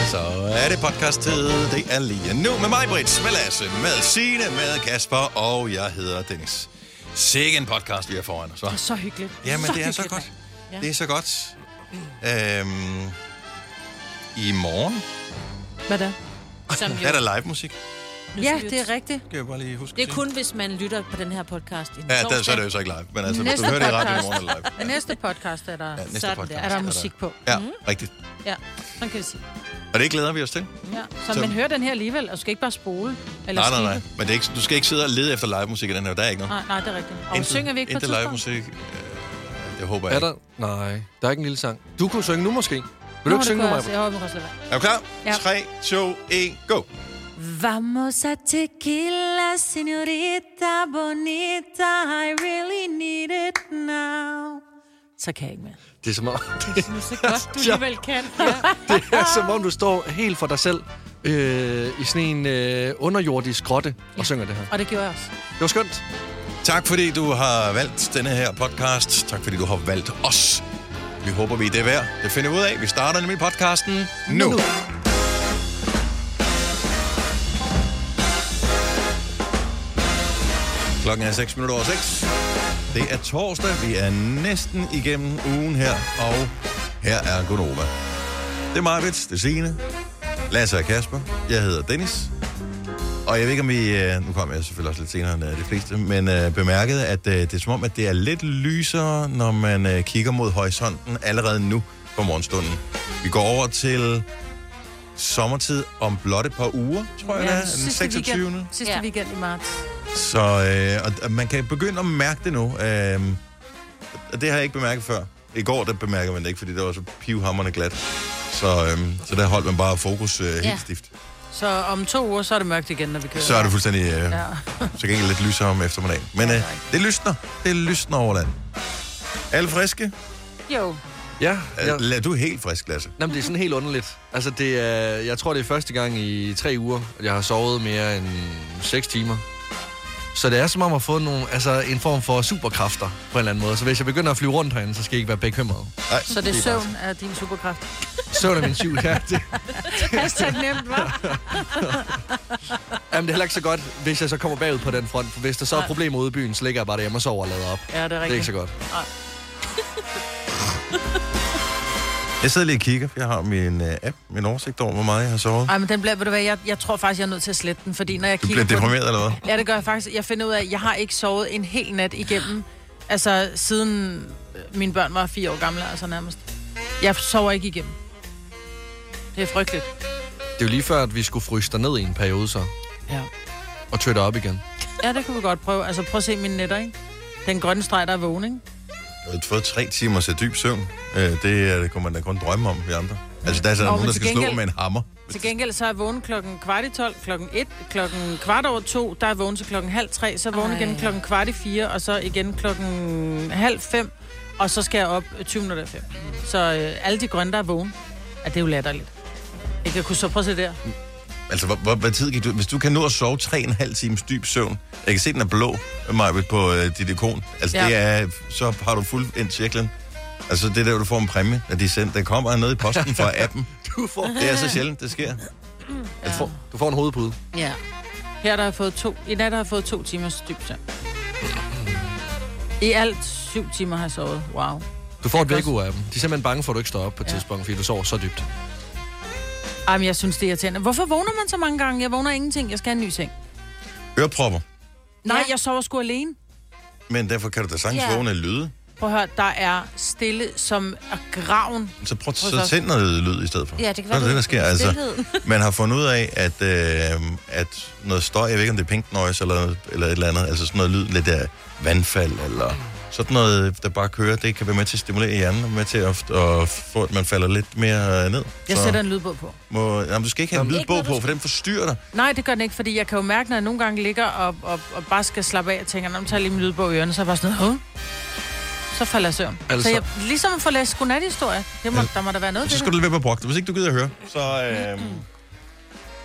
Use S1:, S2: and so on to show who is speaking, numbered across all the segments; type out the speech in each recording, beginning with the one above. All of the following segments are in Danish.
S1: er det podcast-tid. Det er lige nu med mig, Britt, med Lasse, med Signe, med Kasper, og jeg hedder Dennis. Sikke en podcast, vi har foran os, hva'?
S2: Det er så hyggeligt.
S1: Jamen, det er så godt.
S2: Ja.
S1: Det er så godt. Øhm, I morgen,
S2: Hvad da?
S3: Som
S1: der er der live musik.
S2: Ja, det er rigtigt.
S1: Skal jeg bare lige huske
S3: Det
S1: at
S3: er
S1: sige.
S3: kun, hvis man lytter på den her podcast. En
S1: Ja, der,
S3: torsdag.
S1: så er det jo så ikke live. Men altså, hvis
S2: Næste
S1: du hører det i radioen i
S2: podcast.
S1: morgen, er det live.
S2: Næste podcast er der,
S1: Ja, næste
S3: Sådan
S1: podcast.
S3: der.
S2: er der musik på. Mhm.
S1: Ja, rigtigt.
S3: Ja, sådan kan vi sige.
S1: Og det glæder vi os til.
S2: Ja. Så,
S1: Så-
S2: man hører den her alligevel, og du skal ikke bare spole. Eller
S1: Nej, nej,
S2: skippe.
S1: nej. Men det er ikke, du skal ikke sidde og lede efter live musik i den her. Der er ikke noget.
S2: nej. Nej, det er rigtigt. Og synger vi ikke på
S1: intet live
S2: tidspunkt?
S1: musik. Øh, Jeg håber
S4: Er
S1: ikke.
S4: der? Nej, der er ikke en lille sang. Du kunne synge nu måske. Vil du ikke synge nu, Maja?
S2: Jeg håber, også lade være.
S1: Er du klar?
S2: Ja.
S1: 3, 2, 1, go!
S5: Vamos a tequila, señorita bonita. I really need it now.
S2: Så kan jeg ikke mere.
S4: Det er som om,
S3: Så godt, du alligevel kan. Ja.
S4: det er, som om du står helt for dig selv øh, i sådan en øh, underjordisk grotte og synger det her.
S2: Og det gjorde jeg også.
S4: Det var skønt.
S1: Tak fordi du har valgt denne her podcast. Tak fordi du har valgt os. Vi håber, vi er det værd. Det finder vi ud af. Vi starter nemlig podcasten nu. nu. Klokken er 6 minutter over 6. Det er torsdag. Vi er næsten igennem ugen her. Og her er Gonova. Det er Marvits, det er Signe, Lasse og Kasper. Jeg hedder Dennis. Og jeg ved ikke, om I... øh, Nu kommer jeg selvfølgelig også lidt senere end øh, de fleste, men øh, bemærkede, at øh, det er som om, at det er lidt lysere, når man øh, kigger mod horisonten allerede nu på morgenstunden. Vi går over til sommertid om blot et par uger, tror jeg, ja, det er. Den 26.
S2: Weekend, sidste
S3: Ja.
S2: weekend i marts.
S1: Så øh, og, og man kan begynde at mærke det nu. Øh, og det har jeg ikke bemærket før. I går, der bemærker man det ikke, fordi det var så pivhammerende glat. Så, øh, så der holdt man bare fokus øh, helt
S3: Ja.
S1: stift.
S2: Så om to uger, så er det mørkt igen, når vi kører.
S1: Så er det fuldstændig... Øh,
S2: Ja.
S1: Så gik det lidt lysere om eftermiddagen. Men øh, det lysner. Det lysner over land. Alle friske?
S2: Jo.
S4: Ja,
S1: Ja.
S4: ja.
S1: Du er helt frisk, Lasse.
S4: Jamen, det er sådan helt underligt. Altså, det er, jeg tror, det er første gang i tre uger, at jeg har sovet mere end 6 timer. Så det er som om at få nogle, altså, en form for superkræfter på en eller anden måde. Så hvis jeg begynder at flyve rundt herinde, så skal jeg ikke være bekymret.
S1: Nej,
S2: Så det er søvn er din superkraft.
S4: Søvn er min syv her. Det,
S2: Hashtag nemt, hva'?
S4: jamen, det er heller ikke så godt, hvis jeg så kommer bagud på den front. For hvis der så er
S2: Nej.
S4: problemer ude i byen, så ligger jeg bare derhjemme og sover og lader op.
S2: Ja, det er
S4: Det er ikke
S2: rigtigt.
S4: så godt.
S1: Jeg sidder lige og kigger. Jeg har min øh, app, min oversigt over, hvor meget jeg har sovet.
S2: Ej, men den bliver, ved du hvad, jeg, jeg tror faktisk, jeg er nødt til at slette den, fordi når jeg
S1: Du
S2: kigger
S1: bliver
S2: på den-
S1: deprimeret eller hvad?
S2: Ja, det gør jeg faktisk. Jeg finder ud af, at jeg har ikke sovet en hel nat igennem. Altså, siden øh, mine børn var fire år gamle, altså nærmest. Jeg sover ikke igennem. Det er frygteligt.
S4: Det er jo lige før, at vi skulle fryse dig ned i en periode så,
S2: Ja.
S4: og tøtte op igen.
S2: ja, det kunne vi godt prøve. Altså, prøv at se mine netter, ikke? Den grønne streg, der er vågen, ikke?
S1: Jeg har Øh, fået tre timer til dyb søvn. Øh, det, øh, det kunne man da kun drømme om, vi andre. Altså, der er sådan
S2: Nå,
S1: nogen,
S2: men
S1: der
S2: til
S1: skal slå
S2: gengæld-
S1: med en hammer.
S2: Til gengæld så er jeg vågen klokken kvart i tolv, klokken et, klokken kvart over to, der er jeg vågen til klokken halv tre, så er jeg vågen
S3: Ej.
S2: igen klokken kvart i fire, og så igen klokken halv fem, og så skal jeg op 20 minutter i fem. Så øh, alle de grønne, der er vågen, ja, det er jo latterligt. Ikke, jeg kunne så prøve at se der.
S1: Altså, hvor, hvor, hvad tid gik du? Hvis du kan nå at sove tre en halv times dyb søvn, jeg kan se, den er blå, Majbet, på øh, dit ikon. Altså,
S2: Ja.
S1: det er, så har du fuldt ind cirklen. Altså, det er der, hvor du får en præmie, når de sender. Den kommer ned i posten fra appen.
S4: Du får,
S1: Det er så sjældent, det sker.
S4: du får, du får en hovedpude.
S2: Ja. Her der har jeg fået to, i nat har jeg fået to timers dyb søvn. I alt syv timer har jeg sovet. Wow.
S4: Du får et vækkeur af dem. De er simpelthen bange for, at du ikke står op på et tidspunkt, fordi du sover så dybt.
S2: Ej, men jeg synes, det er irriterende. Hvorfor vågner man så mange gange? Jeg vågner af ingenting. Jeg skal have en ny seng.
S1: Ørepropper.
S2: Nej, jeg sover sgu alene.
S1: Men derfor kan du da sagtens
S3: Ja.
S1: vågne af lyde.
S2: Prøv at høre, der er stille som er graven.
S1: Så prøv at
S2: Prøv
S1: så
S2: så.
S1: tænd noget lyd i stedet for.
S3: Ja, det kan
S1: Så er
S3: være,
S1: det, der
S3: det-
S1: sker. Altså,
S3: Stilhed.
S1: man har fundet ud af, at, øh, at noget støj, jeg ved ikke om det er pink noise eller, eller et eller andet, altså sådan noget lyd, lidt af vandfald eller sådan noget, der bare kører, det kan være med til at stimulere hjernen, og med til at, at få, at man falder lidt mere øh, ned.
S2: Jeg
S1: Så
S2: sætter en lydbog på.
S1: Må, jamen, du skal ikke have en
S3: Jamen,
S1: lydbog
S3: ikke
S1: på,
S3: noget, du
S1: for den forstyrrer dig.
S2: Nej, det gør den ikke, fordi jeg kan jo mærke, når jeg nogle gange ligger og, og, og bare skal slappe af og tænker, når man tager jeg lige min lydbog i ørene, så er jeg bare sådan noget, "Hov." så falder jeg i søvn. Altså.
S4: Altså-
S2: Så jeg, ligesom at få læst godnat-historie, det må, der må der være
S1: Altså,
S2: noget
S1: Så
S2: til
S1: skal
S2: det.
S1: du lade være med at brokke dig. Hvis ikke du gider at høre, så... Øh,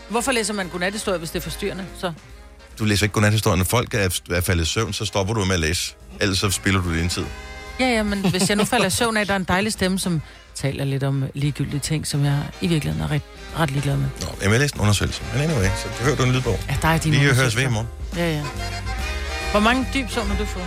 S2: Hvorfor læser man godnat-historie, hvis det er forstyrrende? Så
S1: du læser ikke godnathistorien. Når folk er, er faldet i søvn, så stopper du med at læse. Ellers så spiller du din tid.
S2: Ja, ja, men hvis jeg nu falder i søvn af, der er en dejlig stemme, som... taler lidt om ligegyldige ting, som jeg i virkeligheden er ret, ret ligeglad med.
S1: Nå, jamen, jeg læste en undersøgelse. Men anyway, så hører du en lydbog.
S2: Ja, der er dine
S1: Vi høres
S2: undersøgelser.
S1: ved i morgen.
S2: Ja, ja. Hvor mange dyb sum har du fået?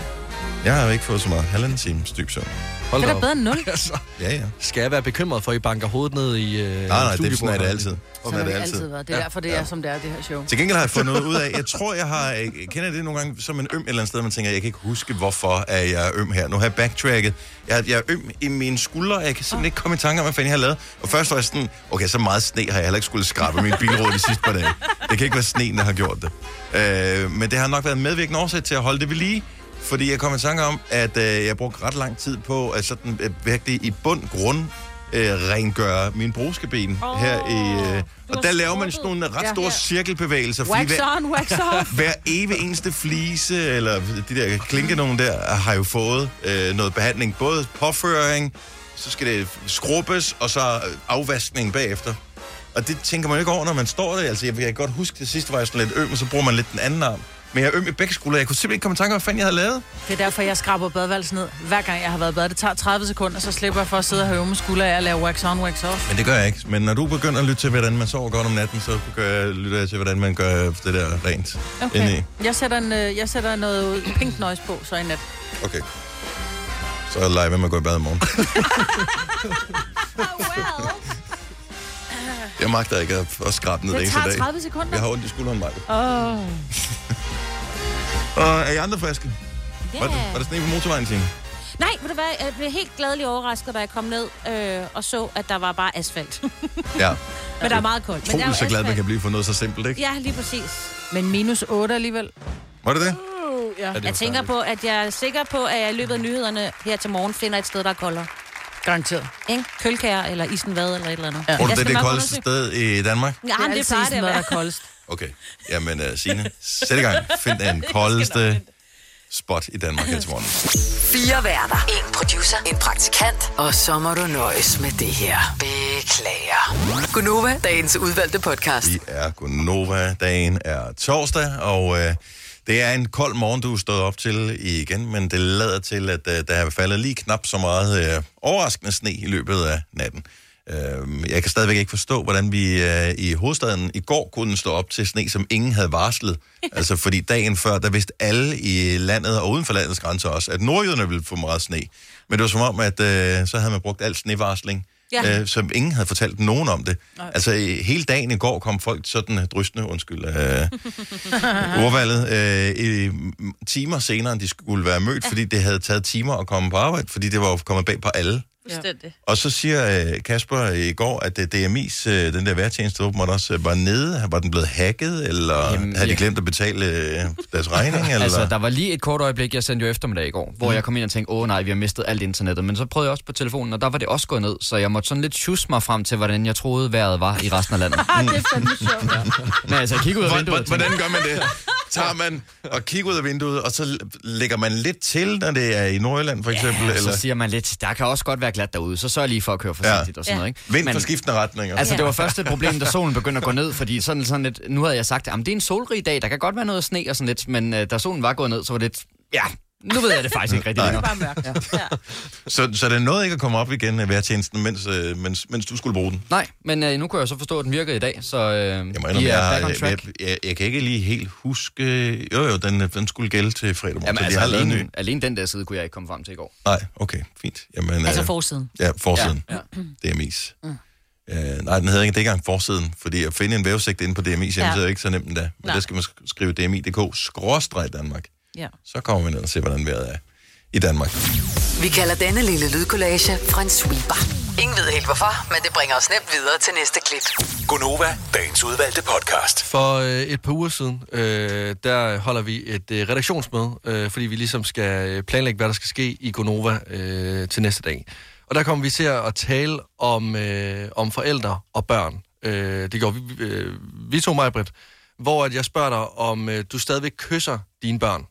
S1: Jeg har jo ikke fået så meget. Halvanden times dyb søvn.
S4: Hold
S2: Det er
S4: da
S2: da
S4: op.
S2: bedre end nul.
S4: Altså,
S1: Ja, ja.
S4: skal jeg være bekymret for, at I banker hovedet ned i øh,
S1: Nej, nej, det er
S4: studiebordet?
S1: sådan er det altid. Sådan er det altid.
S2: været. Det er derfor, det er, som det er, det her show.
S1: Til gengæld har jeg fundet noget ud af, jeg tror, jeg har, jeg kender det nogle gange som en øm et eller andet sted, man tænker, jeg kan ikke huske, hvorfor er jeg øm her. Nu har jeg backtracket. Jeg, jeg er øm i mine skuldre, og jeg kan simpelthen ikke komme i tanke om, hvad fanden jeg har lavet. Og først var jeg sådan, okay, så meget sne har jeg heller ikke skulle skrabe min bilråd de sidste par dage. Det kan ikke være sneen, der har gjort det. Øh, men det har nok været en medvirkende årsag til at holde det ved lige. Fordi jeg kom i tanke om, at øh, jeg brugte ret lang tid på at sådan, øh, virkelig i bund grund øh, rengøre min bruskeben oh, her i... Øh, og der laver man sådan nogle ret
S2: Ja,
S1: store
S2: her.
S1: cirkelbevægelser. fordi
S2: Wax
S1: hver-
S2: on, wax off.
S1: hver evig eneste flise, eller de der klinke nogen der, har jo fået øh, noget behandling. Både påføring, så skal det skrubbes, og så øh, afvaskning bagefter. Og det tænker man jo ikke over, når man står der. Altså, jeg kan godt huske, det sidste var jeg sådan lidt øm, og så bruger man lidt den anden arm. Men jeg er øm i begge skuldre. Jeg kunne simpelthen ikke komme i tanke om, hvad fanden jeg havde lavet.
S2: Det er derfor, jeg skraber badeværelsen ned, hver gang jeg har været i bad. Det tager 30 sekunder, så slipper jeg for at sidde og høve med skulder af og lave wax on, wax off.
S1: Men det gør jeg ikke. Men når du begynder at lytte til, hvordan man sover godt om natten, så gør jeg, lytter jeg til, hvordan man gør det der rent okay. indeni.
S2: Jeg sætter, en, øh, jeg sætter noget pink noise på, så i nat.
S1: Okay. Så leger jeg med at gå i bad i morgen. Jeg magter ikke at, at skrabe ned det
S2: Det
S1: eneste
S2: tager
S1: dag.
S2: 30 sekunder.
S1: Jeg har ondt i skulderen, Maja.
S2: Åh.
S1: Og er I andre friske?
S3: Ja.
S1: Var, det, var der sne på motorvejen, Signe?
S3: Nej, ved du hvad, jeg blev helt glædelig overrasket, da jeg kom ned øh, og så, at der var bare asfalt. men
S1: Ja.
S3: der er meget koldt. men der er
S1: Troligt
S3: jo
S1: så glad, man
S3: asfalt.
S1: kan blive for noget så simpelt, ikke?
S3: Ja, lige præcis.
S2: Men minus 8 alligevel.
S1: Var det det?
S2: Ja.
S4: Ja, det er
S3: Jeg tænker på, at jeg er sikker på, at jeg i løbet af nyhederne her til morgen finder et sted, der er koldere.
S2: Garanteret.
S3: Ikke? Kølkager eller isenvad eller et eller andet.
S2: Ja.
S1: Tror du,
S3: Jeg
S1: det er
S3: skal
S1: det
S3: nok
S1: koldeste sted i Danmark?
S3: Ja, men det plejer det at
S2: der
S3: være.
S2: er koldest.
S1: Okay. Jamen, uh, Signe, sæt i gang. Find den koldeste spot i Danmark her til morgen.
S6: Fire værter. En producer. En praktikant. Og så må du nøjes med det her. Beklager. Gunova, dagens udvalgte podcast.
S1: Vi er Gunova, dagen er torsdag, og øh, det er en kold morgen, du er stået op til igen, men det lader til, at øh, der er faldet lige knap så meget øh, overraskende sne i løbet af natten. Øh, jeg kan stadigvæk ikke forstå, hvordan vi øh, i hovedstaden i går kunne stå op til sne, som ingen havde varslet. Altså fordi dagen før, der vidste alle i landet og uden for landets grænser også, at nordjyderne ville få meget sne. Men det var som om, at øh, så havde man brugt al snevarsling, ja.
S3: Ja.
S1: øh, som ingen havde fortalt nogen om det. Nej. Altså øh, hele dagen i går kom folk sådan øh, drystende, undskyld, øh, ordvalget, øh, i mm, timer senere, end de skulle være mødt, fordi det havde taget timer at komme på arbejde, fordi det var jo kommet bag på alle.
S2: Fuldstændig.
S1: Og så siger øh, Kasper i går, at øh, DMI's, øh, den der værtjeneste, åbenbart også øh, var nede. Var den blevet hacket, eller Jamen,
S7: Jamen,
S1: havde de
S7: ja.
S1: glemt at betale øh, deres regning? Eller? Mhm.
S7: Altså, der var lige et kort øjeblik, jeg sendte jo eftermiddag i går, hvor mm. jeg kom ind og tænkte, åh nej, vi har mistet alt internettet. Men så prøvede jeg også på telefonen, og der var det også gået ned, så jeg måtte sådan lidt tjus mig frem til, hvordan jeg troede, vejret var i resten af landet.
S2: det er fandme sjovt.
S7: Men altså, jeg kiggede ud af
S1: Hvordan,
S7: vinduet
S1: hvordan-
S7: og tænkte,
S1: hvordan gør man det? Tager man og kigger ud af vinduet, og så l- lægger man lidt til, når det er i Nordjylland for eksempel?
S7: ja,
S1: eller
S7: så siger man lidt, der kan også godt være glat derude, så sørg lige for at køre forsigtigt ja. og sådan noget, ikke?
S1: Vind
S7: Men-
S1: for skiftende retninger.
S7: Altså, det var først et problem, da solen begyndte at gå ned, fordi sådan, sådan lidt, nu havde jeg sagt, at det er en solrig dag, der kan godt være noget sne og sådan lidt, men øh, da solen var gået ned, så var det lidt, ja, nu ved jeg det faktisk ikke rigtig
S1: Nej.
S7: længere.
S2: Bare mørkt. Ja.
S1: Så, så det nåede ikke at komme op igen af værtjenesten, mens, øh, mens, mens du skulle bruge den.
S7: Nej, men øh, nu kunne jeg jo så forstå, at den virkede i dag, så øh,
S1: Jeg, må
S7: vi
S1: indrømme,
S7: er
S1: jeg,
S7: back on
S1: jeg,
S7: track.
S1: jeg, jeg, jeg kan ikke lige helt huske... Jo, jo, den, øh, den skulle gælde til fredag morgen,
S7: Jamen,
S1: så de
S7: altså,
S1: har lavet en
S7: alene,
S1: ny.
S7: alene den der side kunne jeg ikke komme frem til i går.
S1: Nej, okay, fint. Jamen,
S3: Altså
S1: øh,
S3: forsiden.
S1: Ja, forsiden. Ja, ja. DMI's. Mm. Øh, nej, den hedder ikke, det er ikke engang forsiden, fordi at finde en vævesigt inde på DMI's hjemmeside ja. er ikke så nemt endda. Men
S3: Nej.
S1: der skal man sk- skrive dmi.dk-danmark.
S2: Ja.
S1: Så kommer vi ned og ser, hvordan vejret er i Danmark.
S6: Vi kalder denne lille lydkollage en sweeper. Ingen ved helt hvorfor, men det bringer os nemt videre til næste klip.
S8: Gunova, dagens udvalgte podcast.
S4: For øh, et par uger siden, øh, der holder vi et øh, redaktionsmøde, øh, fordi vi ligesom skal øh, planlægge, hvad der skal ske i Gonova øh, til næste dag. Og der kommer vi til at tale om, øh, om forældre og børn. Øh, det går vi, øh, vi to, mig, Britt, hvor at jeg spørger dig, om øh, du stadigvæk kysser dine børn.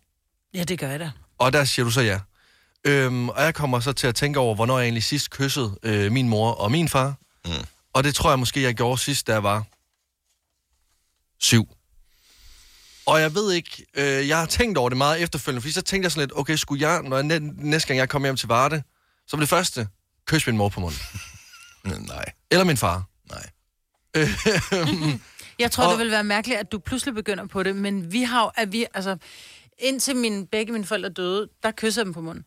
S2: ja, det gør jeg da.
S4: Og der siger du så ja. Øhm, og jeg kommer så til at tænke over, hvornår jeg egentlig sidst kyssede øh, min mor og min far. Mm. Og det tror jeg måske, jeg gjorde sidst, da jeg var syv. Og jeg ved ikke, øh, jeg har tænkt over det meget efterfølgende, fordi så tænkte jeg sådan lidt, okay, skulle jeg, når jeg næ- næste gang jeg kom hjem til Varde, så var det første, kys min mor på munden.
S1: Mm, Nej,
S4: Eller min far.
S1: nej.
S2: Jeg tror,
S4: Og-
S2: og... det vil være mærkeligt, at du pludselig begynder på det, men vi har jo, at vi, altså, indtil mine, begge mine forældre døde, der kyssede jeg dem på munden.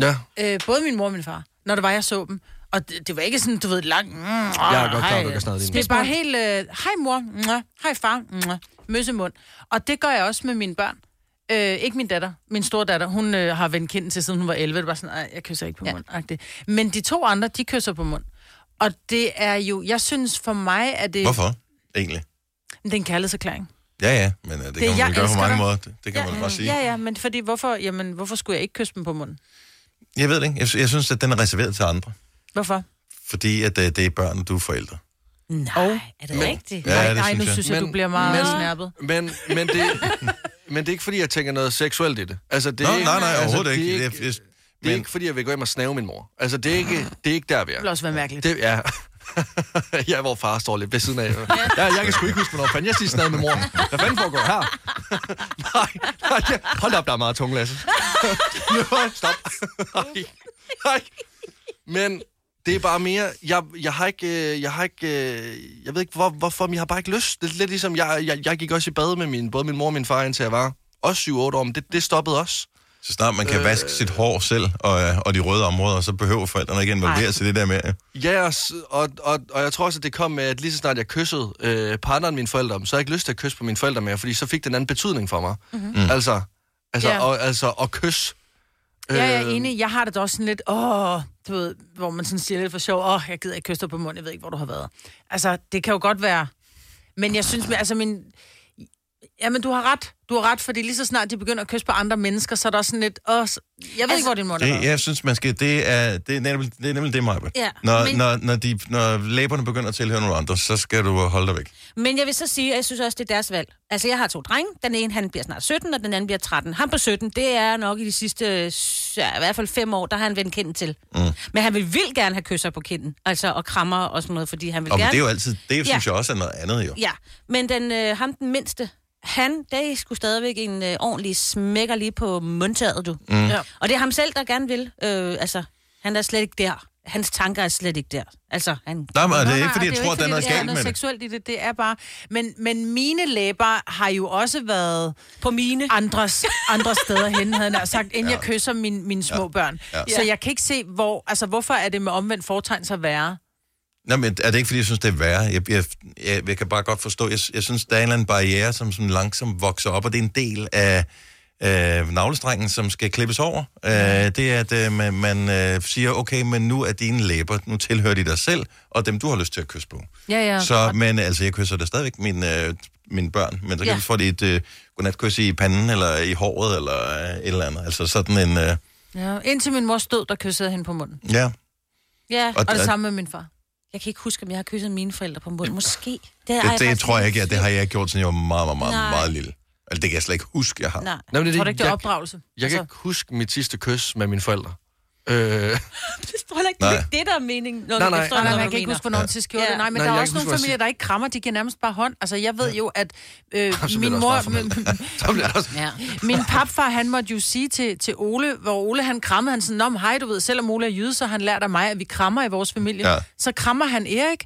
S4: Ja,
S2: Øh, både min mor og min far, når det var, jeg så dem. Og det, det var ikke sådan, du ved, langt... Mm, jeg
S4: jeg er godt klar, at du kan snakke
S2: Det
S4: din.
S2: er bare helt, øh, hej mor, mwah, hej far, mwah, møssemund. Og det gør jeg også med mine børn. Øh, ikke min datter, min store datter, hun øh, har vendt kinden til, siden hun var 11. Det var sådan, "Ej, jeg kysser ikke på ja. mund. -agtigt. Men de to andre, de kysser på mund. Og det er jo, jeg synes for mig, at det,
S1: Hvorfor egentlig?
S2: det er en kærlighedserklæring.
S1: Ja, ja, men øh, det kan
S2: jeg
S1: man gøre på
S2: elsker
S1: mange
S2: dig.
S1: måder. Det, det kan man bare sige.
S2: Ja, ja, men fordi hvorfor, jamen, hvorfor skulle jeg ikke kysse dem på munden?
S1: Jeg ved det ikke. Jeg, sy- jeg synes, at den er reserveret til andre.
S2: Hvorfor?
S1: Fordi at, øh, det er børn, og du er forældre.
S3: Nej, er det rigtigt?
S1: Ja, det
S2: nej, nu
S1: synes jeg.
S2: synes jeg,
S4: Men-
S2: du bliver meget
S4: men-
S2: men... snærpet.
S4: Men, men, det, men det er ikke, fordi jeg tænker noget seksuelt i det. Altså, det er
S1: Nå,
S4: ikke,
S1: nej, nej,
S4: altså,
S1: overhovedet
S4: det
S1: ikke.
S4: er
S1: Det er,
S4: ikke,
S1: det
S4: det er
S1: men
S4: ikke fordi jeg vil gå hjem og snave min mor. Altså, det er ikke, det er ikke der, vi
S2: Det vil
S4: er.
S2: også være mærkeligt.
S4: Det er... ja, hvor far står lidt ved siden af. Ja, jeg kan sgu ikke huske, hvornår fanden jeg sidst snad med mor. Hvad fanden foregår her? nej, nej, ja. hold op, der er meget tung, Lasse. nu, stop. nej, nej. Men det er bare mere, jeg, jeg har ikke, øh, jeg har ikke, øh, jeg ved ikke hvor, hvorfor, men jeg har bare ikke lyst. Det er lidt ligesom, jeg, jeg, jeg gik også i bad med min, både min mor og min far, indtil jeg var også 7-8 år, men det, det stoppede også.
S1: så snart man kan
S4: Øh.
S1: vaske sit hår selv og, øh, og de røde områder, så behøver forældrene ikke involvere sig i det der med. øh.
S4: Ja, og, s- og, og, og jeg tror også, at det kom med, at lige så snart jeg kyssede øh, partneren mine forældre, så havde jeg ikke lyst til at kysse på mine forældre mere, fordi så fik den anden betydning for mig. Mm-hmm.
S1: Mm.
S4: Altså, altså,
S2: Mhm. Ja.
S4: og, altså at kysse. Øh,
S2: Ja,
S1: Øhm.
S2: jeg er enig. Jeg har det da også sådan lidt, åh, du ved, hvor man sådan siger lidt for sjov, åh, jeg gider ikke kysse dig på munden, jeg ved ikke, hvor du har været. Altså, det kan jo godt være. Men jeg synes, altså min... Jamen, du har ret. Du har ret, fordi lige så snart de begynder at kysse på andre mennesker, så er der også sådan lidt, åh, s- jeg ved altså, ikke, hvor din mund er.
S1: Det, jeg synes, man skal, det er, det er, nemlig, det, er nemlig det, Maja.
S3: Ja,
S1: Når,
S3: men-
S1: når, når, de, når læberne begynder at tilhøre nogle andre, så skal du øh, holde dig væk.
S3: Men jeg vil så sige, at jeg synes også, det er deres valg. Altså, jeg har to drenge. Den ene, han bliver snart 17, og den anden bliver 13. Han på 17, det er nok i de sidste, øh, ja, i hvert fald fem år, der har han vendt kinden til. Mm. Men han vil vildt gerne have kysser på kinden, altså og krammer og sådan noget, fordi han vil
S1: Og men
S3: gerne...
S1: det er jo altid, det synes jeg også er noget andet jo.
S3: Ja, men den, øh, ham den mindste, han, der skulle stadigvæk en øh, ordentlig smækker lige på mundtaget, du. Mm.
S2: Ja.
S3: Og det er ham selv, der gerne vil. Øh, altså, han er slet ikke der. Hans tanker er slet ikke der. Altså, han...
S1: Nej, men det er
S2: Nej,
S1: ikke,
S2: nej,
S1: fordi
S2: og
S1: jeg
S2: det
S1: tror,
S2: jo
S1: at der er
S2: ikke,
S1: noget
S2: fordi der
S1: galt med det.
S2: seksuelt i det, det er bare... Men, men mine læber har jo også været
S3: På mine.
S2: andres, andre steder hen, havde jeg nær sagt, inden ja. jeg kysser mine, mine små ja. børn. Ja. Så jeg kan ikke se, hvor, altså, hvorfor er det med omvendt foretegn så værre?
S1: Nej, men er det ikke, fordi jeg synes, det er værre? Jeg, jeg, jeg, jeg kan bare godt forstå, jeg, jeg synes, der er en eller anden barriere, som sådan langsomt vokser op, og det er en del af øh, navlestrengen, som skal klippes over. Øh, det er, at øh, man, man øh, siger, okay, men nu er dine læber, nu tilhører de dig selv, og dem, du har lyst til at kysse på.
S2: Ja, ja.
S1: Så, men altså, jeg kysser da stadigvæk mine, øh, mine børn, men så kan
S3: Ja.
S1: ja. få det et øh, godnatkys i panden, eller i håret, eller øh, et eller andet. Altså sådan en, øh,
S2: ja. Indtil min mor stod, der kyssede jeg hende på munden.
S1: ja.
S3: Ja,
S2: Og det samme med min far.
S3: jeg kan ikke huske, om jeg har kysset mine forældre på munden. Måske. Det, har
S1: Det, det
S3: faktisk
S1: tror jeg ikke, at det har jeg ikke gjort, siden jeg var meget, meget, meget,
S3: Nej.
S1: meget lille. Altså, det kan jeg slet ikke huske, jeg har.
S3: Nej.
S4: Nå, men det,
S2: Tror du ikke, det er
S4: jeg,
S2: opdragelse? Altså,
S4: jeg kan ikke huske mit sidste kys med mine forældre. Øh,
S3: Det tror jeg ikke,
S1: Nej.
S3: det er det, der er meningen. Nå,
S4: Nej, nej.
S3: jeg forstår
S2: Nej, nej,
S3: godt,
S2: man
S3: hvad
S2: kan
S3: du
S2: ikke
S3: mener.
S2: huske, hvornår ja. sidst gjorde
S3: Ja.
S2: ja. det. Nej, men nej,
S4: Nej,
S2: der
S4: jeg
S2: er
S4: kan
S2: også
S4: huske,
S2: nogle
S4: hvad jeg
S2: familier, der ikke krammer. De giver nærmest bare hånd. Altså, jeg ved jo, at øh,
S4: så bliver
S2: min
S4: det også meget
S2: mor...
S4: så bliver det også...
S3: Ja.
S2: Min papfar, han måtte jo sige til, til Ole, hvor Ole han krammede, han sådan, om hej, du ved, selvom Ole er jyde, så har han lært af mig, at vi krammer i vores familie.
S1: Ja.
S2: Ja. Så krammer han Erik,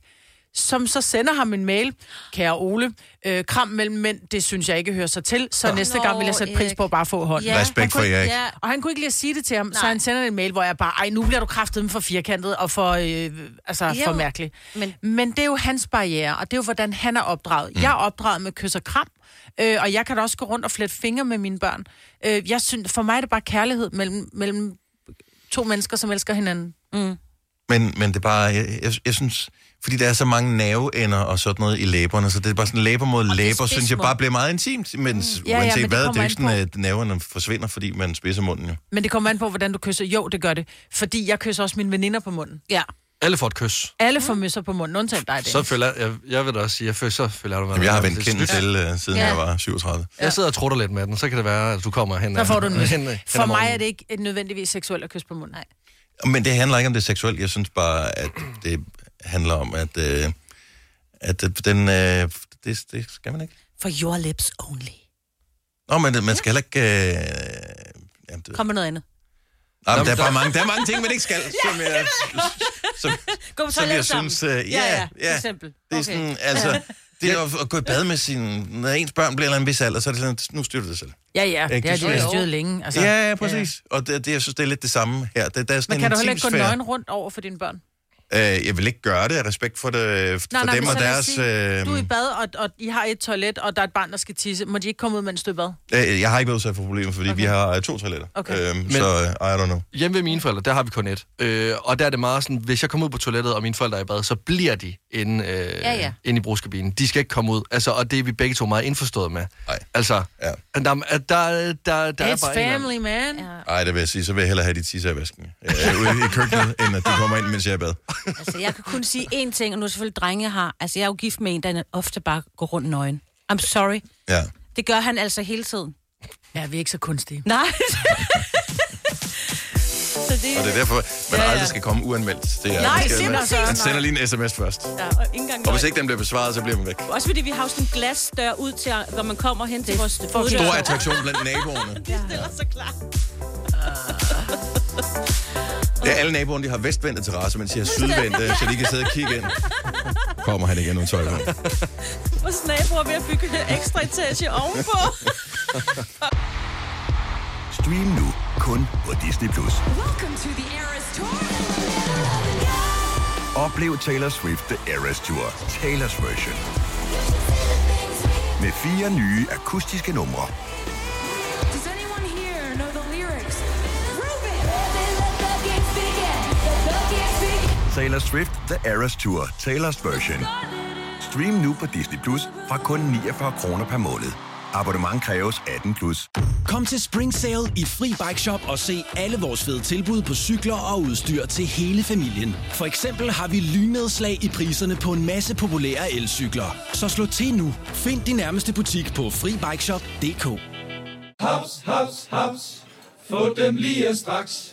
S2: som så sender ham en mail. Kære Ole, øh, kram mellem mænd, det synes jeg ikke hører sig til, så ja. næste gang vil jeg sætte
S3: Nå,
S2: pris på at bare få hånden.
S3: Ja.
S2: Ja.
S1: Respekt
S2: Han
S1: for
S2: kunne-
S1: Erik.
S3: Ja.
S2: Og han kunne ikke lige at sige det til ham, Nej. så
S3: Nej.
S2: han sender en mail, hvor jeg bare, ej, nu bliver du kraftet for firkantet og for, øh, altså,
S3: Jo,
S2: for mærkelig.
S3: men-
S2: Men... men det er jo hans barriere, og det er jo, hvordan han er opdraget. Mm. Jeg er opdraget med kys og kram, øh, og jeg kan da også gå rundt og flette fingre med mine børn. Øh, jeg synes, for mig er det bare kærlighed mellem, mellem to mennesker, som elsker hinanden.
S1: Men, men det er bare, jeg, jeg, jeg synes, fordi der er så mange nerveender og sådan noget i læberne, så det er bare sådan læber mod
S3: det er
S1: læber, synes jeg
S3: spidsmund.
S1: bare bliver meget intimt, men mm.
S2: Ja, ja,
S1: uanset
S2: men det
S1: hvad, det er
S2: kommer
S1: ikke sådan, at nerverne forsvinder, fordi man spidser munden jo.
S2: Men det kommer an på, hvordan du kysser. Jo, det gør det, fordi jeg kysser også mine veninder på munden.
S3: ja.
S4: Alle får et kys.
S2: Alle
S1: Mm.
S2: får mysser på munden, undtagen dig, det.
S4: Så føler jeg, jeg, jeg vil da også sige, jeg føler, så føler jeg, du
S1: Jamen, jeg har vendt kinden til, uh, siden
S3: Ja.
S1: ja. jeg var 37.
S4: Jeg sidder og trutter lidt med den, så kan det være, at du kommer hen.
S2: Så får du en mys.
S4: hen- hen
S2: For
S4: om
S2: mig er
S4: morgenen.
S2: det ikke et nødvendigvis seksuelt at kysse på munden. Nej.
S1: Men det handler ikke om det seksuelle, jeg synes bare, at det handler om, at, øh, at øh, den, øh, det, det skal man ikke.
S3: For your lips only.
S1: Nå, men man skal heller ikke... Øh, jamen, det,
S3: Kom med noget andet.
S1: Jamen, der, er bare mange, der er mange ting, man ikke skal, som jeg, som,
S3: Gå på
S1: som jeg
S3: toilettet sammen.
S1: synes... Uh, ja, ja,
S3: for
S1: ja.
S3: eksempel.
S1: Det er sådan, altså... Det er at- at gå i bad med sin... Når ens børn bliver en eller anden vis alder, så er det sådan, nu styrer du det selv.
S2: Ja, ja, det har de
S1: Ja.
S2: jo styret længe. Altså.
S1: Ja, ja, præcis. Og det, det, jeg synes, det er lidt det samme her. Det, der er sådan
S2: Men
S1: en
S2: kan du heller ikke gå
S1: intimsfære.
S2: nøgen rundt over for dine børn?
S1: Øh, jeg vil ikke gøre det af respekt for, det, for
S2: Nej, nej,
S1: dem
S2: men
S1: og
S2: så lad
S1: deres...
S2: os sige,
S1: øh,
S2: Du er i bad, og, og I har et toilet, og der er et barn, der skal tisse. Må de ikke komme ud, mens du er i bad?
S1: øh, jeg har ikke været udsat for problemer, fordi okay. vi har øh, to toiletter.
S2: Okay.
S1: Øhm, så øh, I don't know.
S4: Hjemme ved mine forældre, der har vi kun et. Øh, og der er det meget sådan, hvis jeg kommer ud på toilettet, og mine forældre er i bad, så bliver de inde, øh, ja,
S3: Ja,
S4: ja.
S3: ja.
S4: inde i brugskabinen. De skal ikke komme ud. Altså, og det er vi begge to meget indforstået med.
S1: Nej.
S4: Altså,
S1: Ja.
S4: der, der, der, der, der er
S2: It's
S4: bare en eller anden-
S2: family, man. Ja.
S1: Ej, det vil jeg sige, så vil jeg hellere have de tisser i vasken. Øh, ude i køkkenet, end at de kommer ind, mens jeg er i bad.
S3: Altså, jeg kan kun sige én ting, og nu er selvfølgelig drenge har. Altså, jeg er jo gift med en, der ofte bare går rundt nøgen. I'm sorry.
S1: Ja.
S3: Det gør han altså hele tiden.
S2: ja, vi er ikke så kunstige.
S3: Nej. Så det,
S1: Og det er derfor, man ja, ja. aldrig skal komme uanmeldt. Det er,
S3: Nej,
S1: man skal-
S3: sig
S1: man-
S3: mig så.
S1: Man sender lige en sms først.
S3: Ja, og ikke engang
S1: Og hvis
S3: løgn.
S1: ikke den bliver besvaret, så bliver man væk.
S3: Også fordi vi har jo sådan en glasdør ud til, når man kommer hen til vores
S2: fucking
S1: Stor
S3: hoveddør.
S1: attraktion blandt naboerne.
S3: Det er så klart.
S1: Det er alle naboerne, de har vestvendte terrasse, men de har sydvendte, så de kan sidde og kigge ind. Kommer han igen uden tøj på.
S3: Vores naboer er ved at bygge en ekstra etage ovenpå.
S9: Stream nu kun på Disney+. Plus. Oplev Taylor Swift The Eras Tour, Taylor's version. Med fire nye akustiske numre. Taylor Swift The Eras Tour, Taylor's version. Stream nu på Disney Plus fra kun 49 kroner per måned. Abonnement kræves 18 plus.
S10: Kom til Spring Sale i Fri Bike Shop og se alle vores fede tilbud på cykler og udstyr til hele familien. For eksempel har vi lynedslag i priserne på en masse populære elcykler. Så slå til nu. Find din nærmeste butik på FriBikeShop.dk
S11: Haps, haps, haps. Få dem lige straks.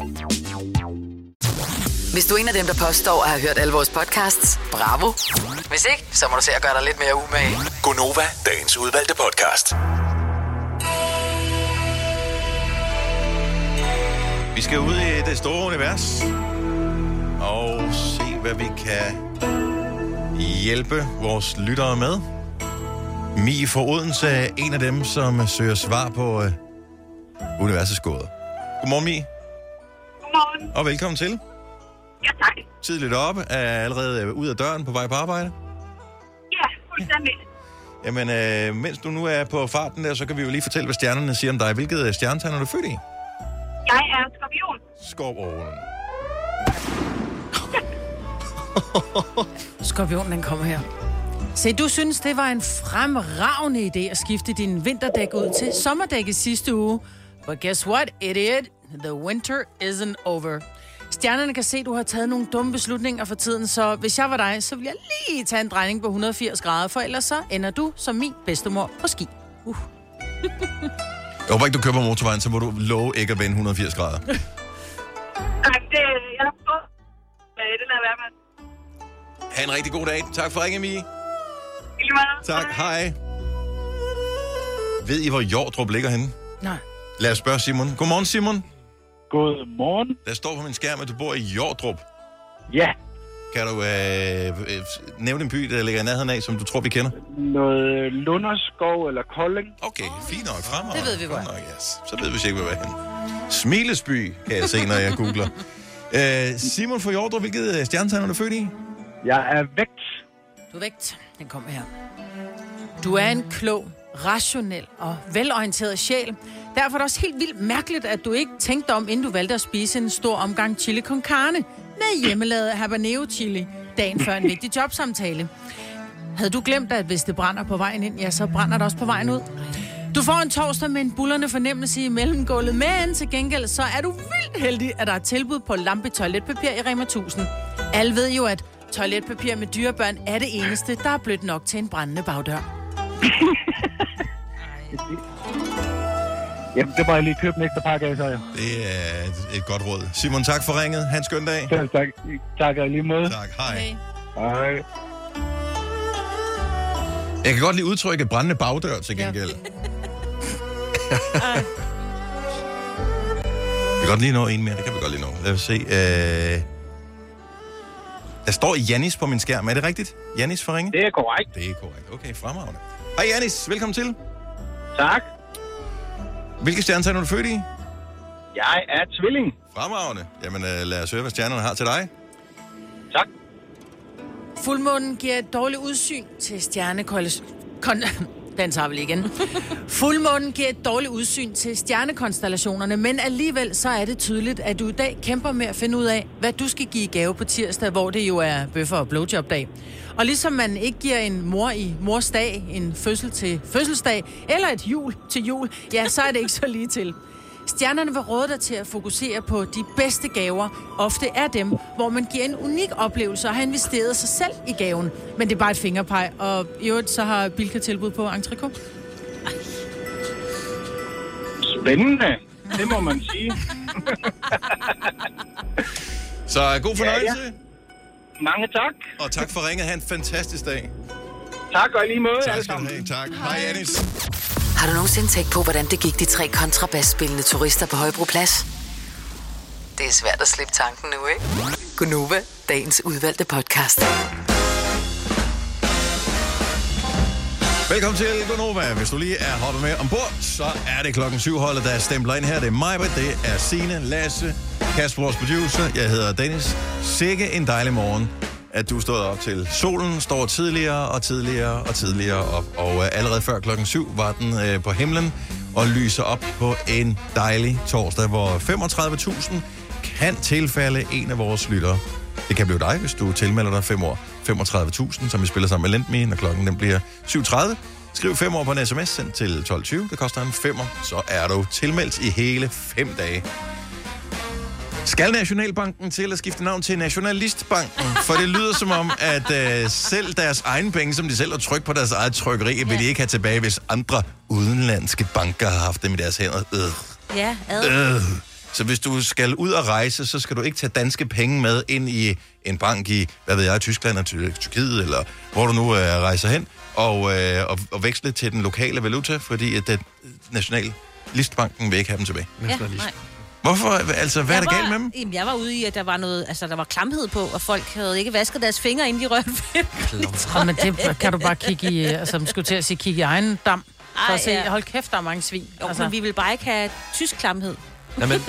S6: Hvis du er en af dem, der påstår at have hørt alle vores podcasts, bravo. Hvis ikke, så må du se at gøre dig lidt mere umage.
S8: Gonova, dagens udvalgte podcast.
S1: Vi skal ud i det store univers og se, hvad vi kan hjælpe vores lyttere med. Mi for Odense er en af dem, som søger svar på øh, universets gåder. Godmorgen, Mi. Godmorgen. Og velkommen til. Ja, tak. Tidligt oppe, er allerede øh, ud af døren på vej på arbejde.
S12: Ja, fuldstændig.
S1: Jamen, øh, mens du nu er på farten der, så kan vi jo lige fortælle, hvad stjernerne siger om dig. Hvilket øh, stjernetegn er du født i?
S12: Jeg er skorpion.
S1: Skorpionen.
S2: Skorpionen, den kommer her. Se, du synes, det var en fremragende idé at skifte din vinterdæk ud til sommerdæk i sidste uge. But guess what, idiot? The winter isn't over. Stjernerne kan se, at du har taget nogle dumme beslutninger for tiden, så hvis jeg var dig, så ville jeg lige tage en drejning på 180 grader, for ellers så ender du som min bedstemor på ski. Uh.
S1: Jeg håber ikke, du kører på motorvejen, så må du love ikke at vende 180 grader.
S12: Nej, det, jeg har fået øh, det lader være med.
S1: Ha' en rigtig god dag. Tak for ringen, Mie.
S12: I lige meget.
S1: Tak. Hej. Ved I, hvor Jordrup ligger henne?
S2: Nej.
S1: Lad os spørge Simon. Godmorgen, Simon.
S13: Godmorgen.
S1: Der står på min skærm, at du bor i Jordrup.
S13: Ja,
S1: Kan du øh, øh, nævne en by, der ligger i nærheden af, som du tror, vi kender?
S14: øh,
S13: noget Lunderskov eller Kolding.
S1: Okay, fint nok. Fremad.
S13: Det ved vi, hvor
S1: Godt nok, yes. Så ved vi sikkert, hvad henne. Smilesby, kan jeg se, når jeg googler. Øh, Simon fra Jordrup, hvilket øh, stjernetegn er du født i?
S13: Jeg er vægt.
S2: Du er vægt. Den kommer her. Du er en klog, rationel og velorienteret sjæl. Derfor er det også helt vildt mærkeligt, at du ikke tænkte om, inden du valgte at spise en stor omgang chili con carne med hjemmelavet habanero chili dagen før en vigtig jobsamtale. Havde du glemt, at hvis det brænder på vejen ind, ja, så brænder det også på vejen ud? Du får en torsdag med en bullerne fornemmelse i mellemgulvet, men til gengæld så er du vildt heldig, at der er tilbud på lampe toiletpapir i Rema 1000. Alle ved jo, at toiletpapir med dyrebørn er det eneste, der er blødt nok til en brændende bagdør.
S13: Jamen, det må jeg lige købe en ekstra pakke af, så ja.
S1: Det er et, et godt råd. Simon, tak for ringet. Ha' en skøn dag.
S13: Selv tak. Tak og i lige måde.
S1: Tak, hej.
S13: Hej.
S1: Jeg kan godt lide udtrykket brændende bagdør til gengæld. Vi kan godt lige nå en mere, det kan vi godt lige nå. Lad os se. Øh... Der står Jannis på min skærm. Er det rigtigt? Jannis for ringe?
S14: Det er korrekt.
S1: Det er korrekt. Okay, fremragende. Hej Jannis, velkommen til.
S14: Tak.
S1: Hvilke stjernetegn er du født i?
S14: Jeg er tvilling.
S1: Fremragende. Jamen øh, lad os høre, hvad stjernerne har til dig.
S2: Fuldmånen giver et dårligt udsyn til stjernekolles... Kon... Den tager vi lige igen. Fuldmånen giver et dårligt udsyn til stjernekonstellationerne, men alligevel så er det tydeligt, at du i dag kæmper med at finde ud af, hvad du skal give i gave på tirsdag, hvor det jo er bøffer og blowjob-dag. Og ligesom man ikke giver en mor i mors dag, en fødsel til fødselsdag, eller et jul til jul, ja, så er det ikke så lige til. Stjernerne vil råde dig til at fokusere på de bedste gaver. Ofte er dem, hvor man giver en unik oplevelse og har investeret sig selv i gaven. Men det er bare et fingerpeg, og i øvrigt så har Bilka tilbud på entrecôte.
S13: Spændende. Det må man sige.
S1: Så øh, god fornøjelse. Ja, ja.
S14: Mange tak.
S1: Og tak for ringet. Ha' en fantastisk dag.
S14: Tak og i lige måde.
S1: Tak skal du have. Tak. Hej, Hej Anis.
S6: Har du nogensinde tænkt på, hvordan det gik de tre kontrabasspillende turister på Højbroplads? Det er svært at slippe tanken nu, ikke? Gunova, dagens udvalgte podcast.
S1: Velkommen til Gonova. Hvis du lige er hoppet med ombord, så er det klokken syv holdet, der er stempler ind her. Det er mig, det er Sine, Lasse, Kasper, vores producer. Jeg hedder Dennis. Sikke en dejlig morgen, at du stod op til solen, står tidligere og tidligere og tidligere op. Og øh, allerede før klokken 7 var den øh, på himlen og lyser op på en dejlig torsdag, hvor 35.000 kan tilfalde en af vores lyttere. Det kan blive dig, hvis du tilmelder dig 5 år 35.000, som vi spiller sammen med Lendme, når klokken den bliver 7.30. Skriv 5 år på en sms, send til 12.20. Det koster en 5 så er du tilmeldt i hele 5 dage. Skal Nationalbanken til at skifte navn til Nationalistbanken? For det lyder som om, at øh, selv deres egen penge, som de selv har trykt på deres eget trykkeri, vil de ikke have tilbage, hvis andre udenlandske banker har haft dem i deres hænder. Øh.
S3: Ja, ad.
S1: Øh. Så hvis du skal ud og rejse, så skal du ikke tage danske penge med ind i en bank i, hvad ved jeg, Tyskland og Ty- Tyrkiet, eller hvor du nu øh, rejser hen, og, øh, og, og veksle til den lokale valuta, fordi at den nationale listbanken vil ikke have dem tilbage.
S3: Ja, nej.
S1: Hvorfor? Altså, hvad er
S3: Jeg
S1: der galt
S3: var-
S1: med dem?
S3: Jamen, jeg var ude i, at der var noget, altså, der var klamhed på, og folk havde ikke vasket deres fingre, inden de rørte ved.
S2: Oh, men det kan du bare kigge i, øh, altså man skulle til at sige, kigge i egen dam. For
S3: Ej,
S2: at se,
S3: ja.
S2: hold kæft, der er mange svin.
S3: Jo,
S2: altså.
S3: men vi vil bare ikke have tysk klamhed.
S1: Jamen,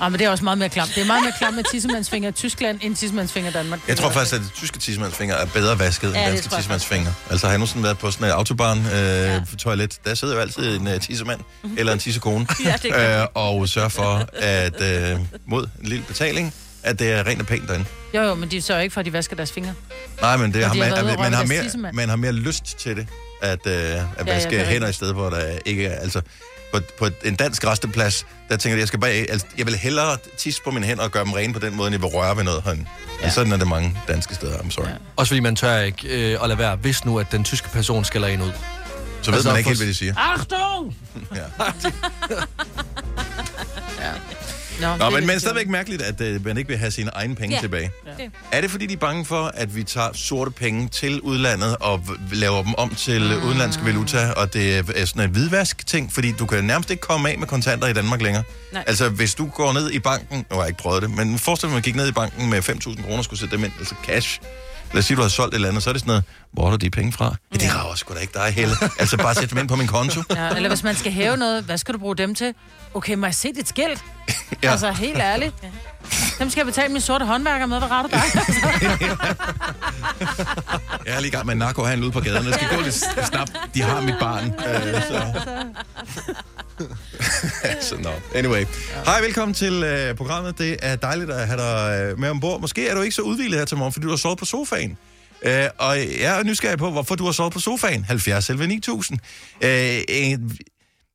S2: Ah, men det er også meget mere klamt. Det er meget mere klamt med tissemandsfinger i Tyskland, end tissemandsfinger i Danmark.
S1: Jeg tror faktisk, at de tyske tissemandsfingre er bedre vasket ja,
S2: Ja, det
S1: end danske
S2: tror jeg
S1: tissemandsfingre. Altså har jeg nogensinde været på sådan et autobahn-toilet, der sidder jo altid en uh, tissemand
S2: Mhm.
S1: eller en tissekone
S15: Ja, det er
S1: øh, og sørger for, at øh, mod en lille betaling, at det er rent og pænt derinde.
S2: Jo, jo, men de sørger ikke for, at de vasker deres fingre.
S1: Nej, men det
S2: Og
S1: har
S2: de har
S1: man,
S2: været ude
S1: at,
S2: og
S1: man,
S2: røre
S1: har
S2: ved
S1: mere,
S2: deres tissemand.
S1: man har mere lyst til det, at, øh, at
S2: det er
S1: vaske ja,
S2: rigtigt.
S1: hænder i stedet for, at der ikke er... Altså, på, på en dansk resteplads, der tænker jeg, jeg, skal bare, altså, jeg vil hellere tisse på mine hænder og gøre dem rene på den måde, end jeg vil røre ved noget herinde. Ja. Men sådan er det mange danske steder, I'm sorry. Ja.
S4: Også fordi man tør ikke øh, at lade være, hvis nu, at den tyske person skælder en ud.
S1: Så ved
S2: Altså,
S1: man ikke helt, hvad de siger.
S2: Ah, Achtung!
S1: Ja.
S2: Nå,
S1: Nå,
S2: det
S1: men,
S2: er
S1: men
S2: lidt
S1: stadigvæk mærkeligt, at øh, man ikke vil have sine egne penge
S2: Ja.
S1: ja. tilbage.
S2: Ja.
S1: Er det, fordi de er bange for, at vi tager sorte penge til udlandet og v- laver dem om til mm. udenlandsk valuta, og det er øh, sådan en hvidvask-ting? Fordi du kan nærmest ikke komme af med kontanter i Danmark længere.
S16: Nej.
S1: Altså, hvis du går ned i banken, nu har jeg ikke prøvet det, men forestil dig, at man gik ned i banken med 5.000 kroner og skulle sætte dem ind, altså cash. Lad os sige, du har solgt et eller andet, så er det sådan noget, hvor er der de penge fra? Ja, det rager sgu da ikke dig, Helle. Altså, bare sæt dem ind på min konto.
S2: Ja, eller hvis man skal hæve noget, hvad skal du bruge dem til? Okay, må jeg se dit skilt? Ja. Altså, helt ærligt. Dem skal jeg betale min sorte håndværker med, hvad retter dig?
S1: Jeg er lige i gang med en narkohandel ude på gaden. Jeg skal gå lidt snabt. De har mit barn. Øh, så. så no. Anyway. Hej, velkommen til øh, programmet. Det er dejligt at have dig øh, med ombord. Måske er du ikke så udvildet her til morgen, fordi du har sovet på sofaen. Øh, og jeg er nysgerrig på, hvorfor du har sovet på sofaen. 70 11 9000. Øh, øh,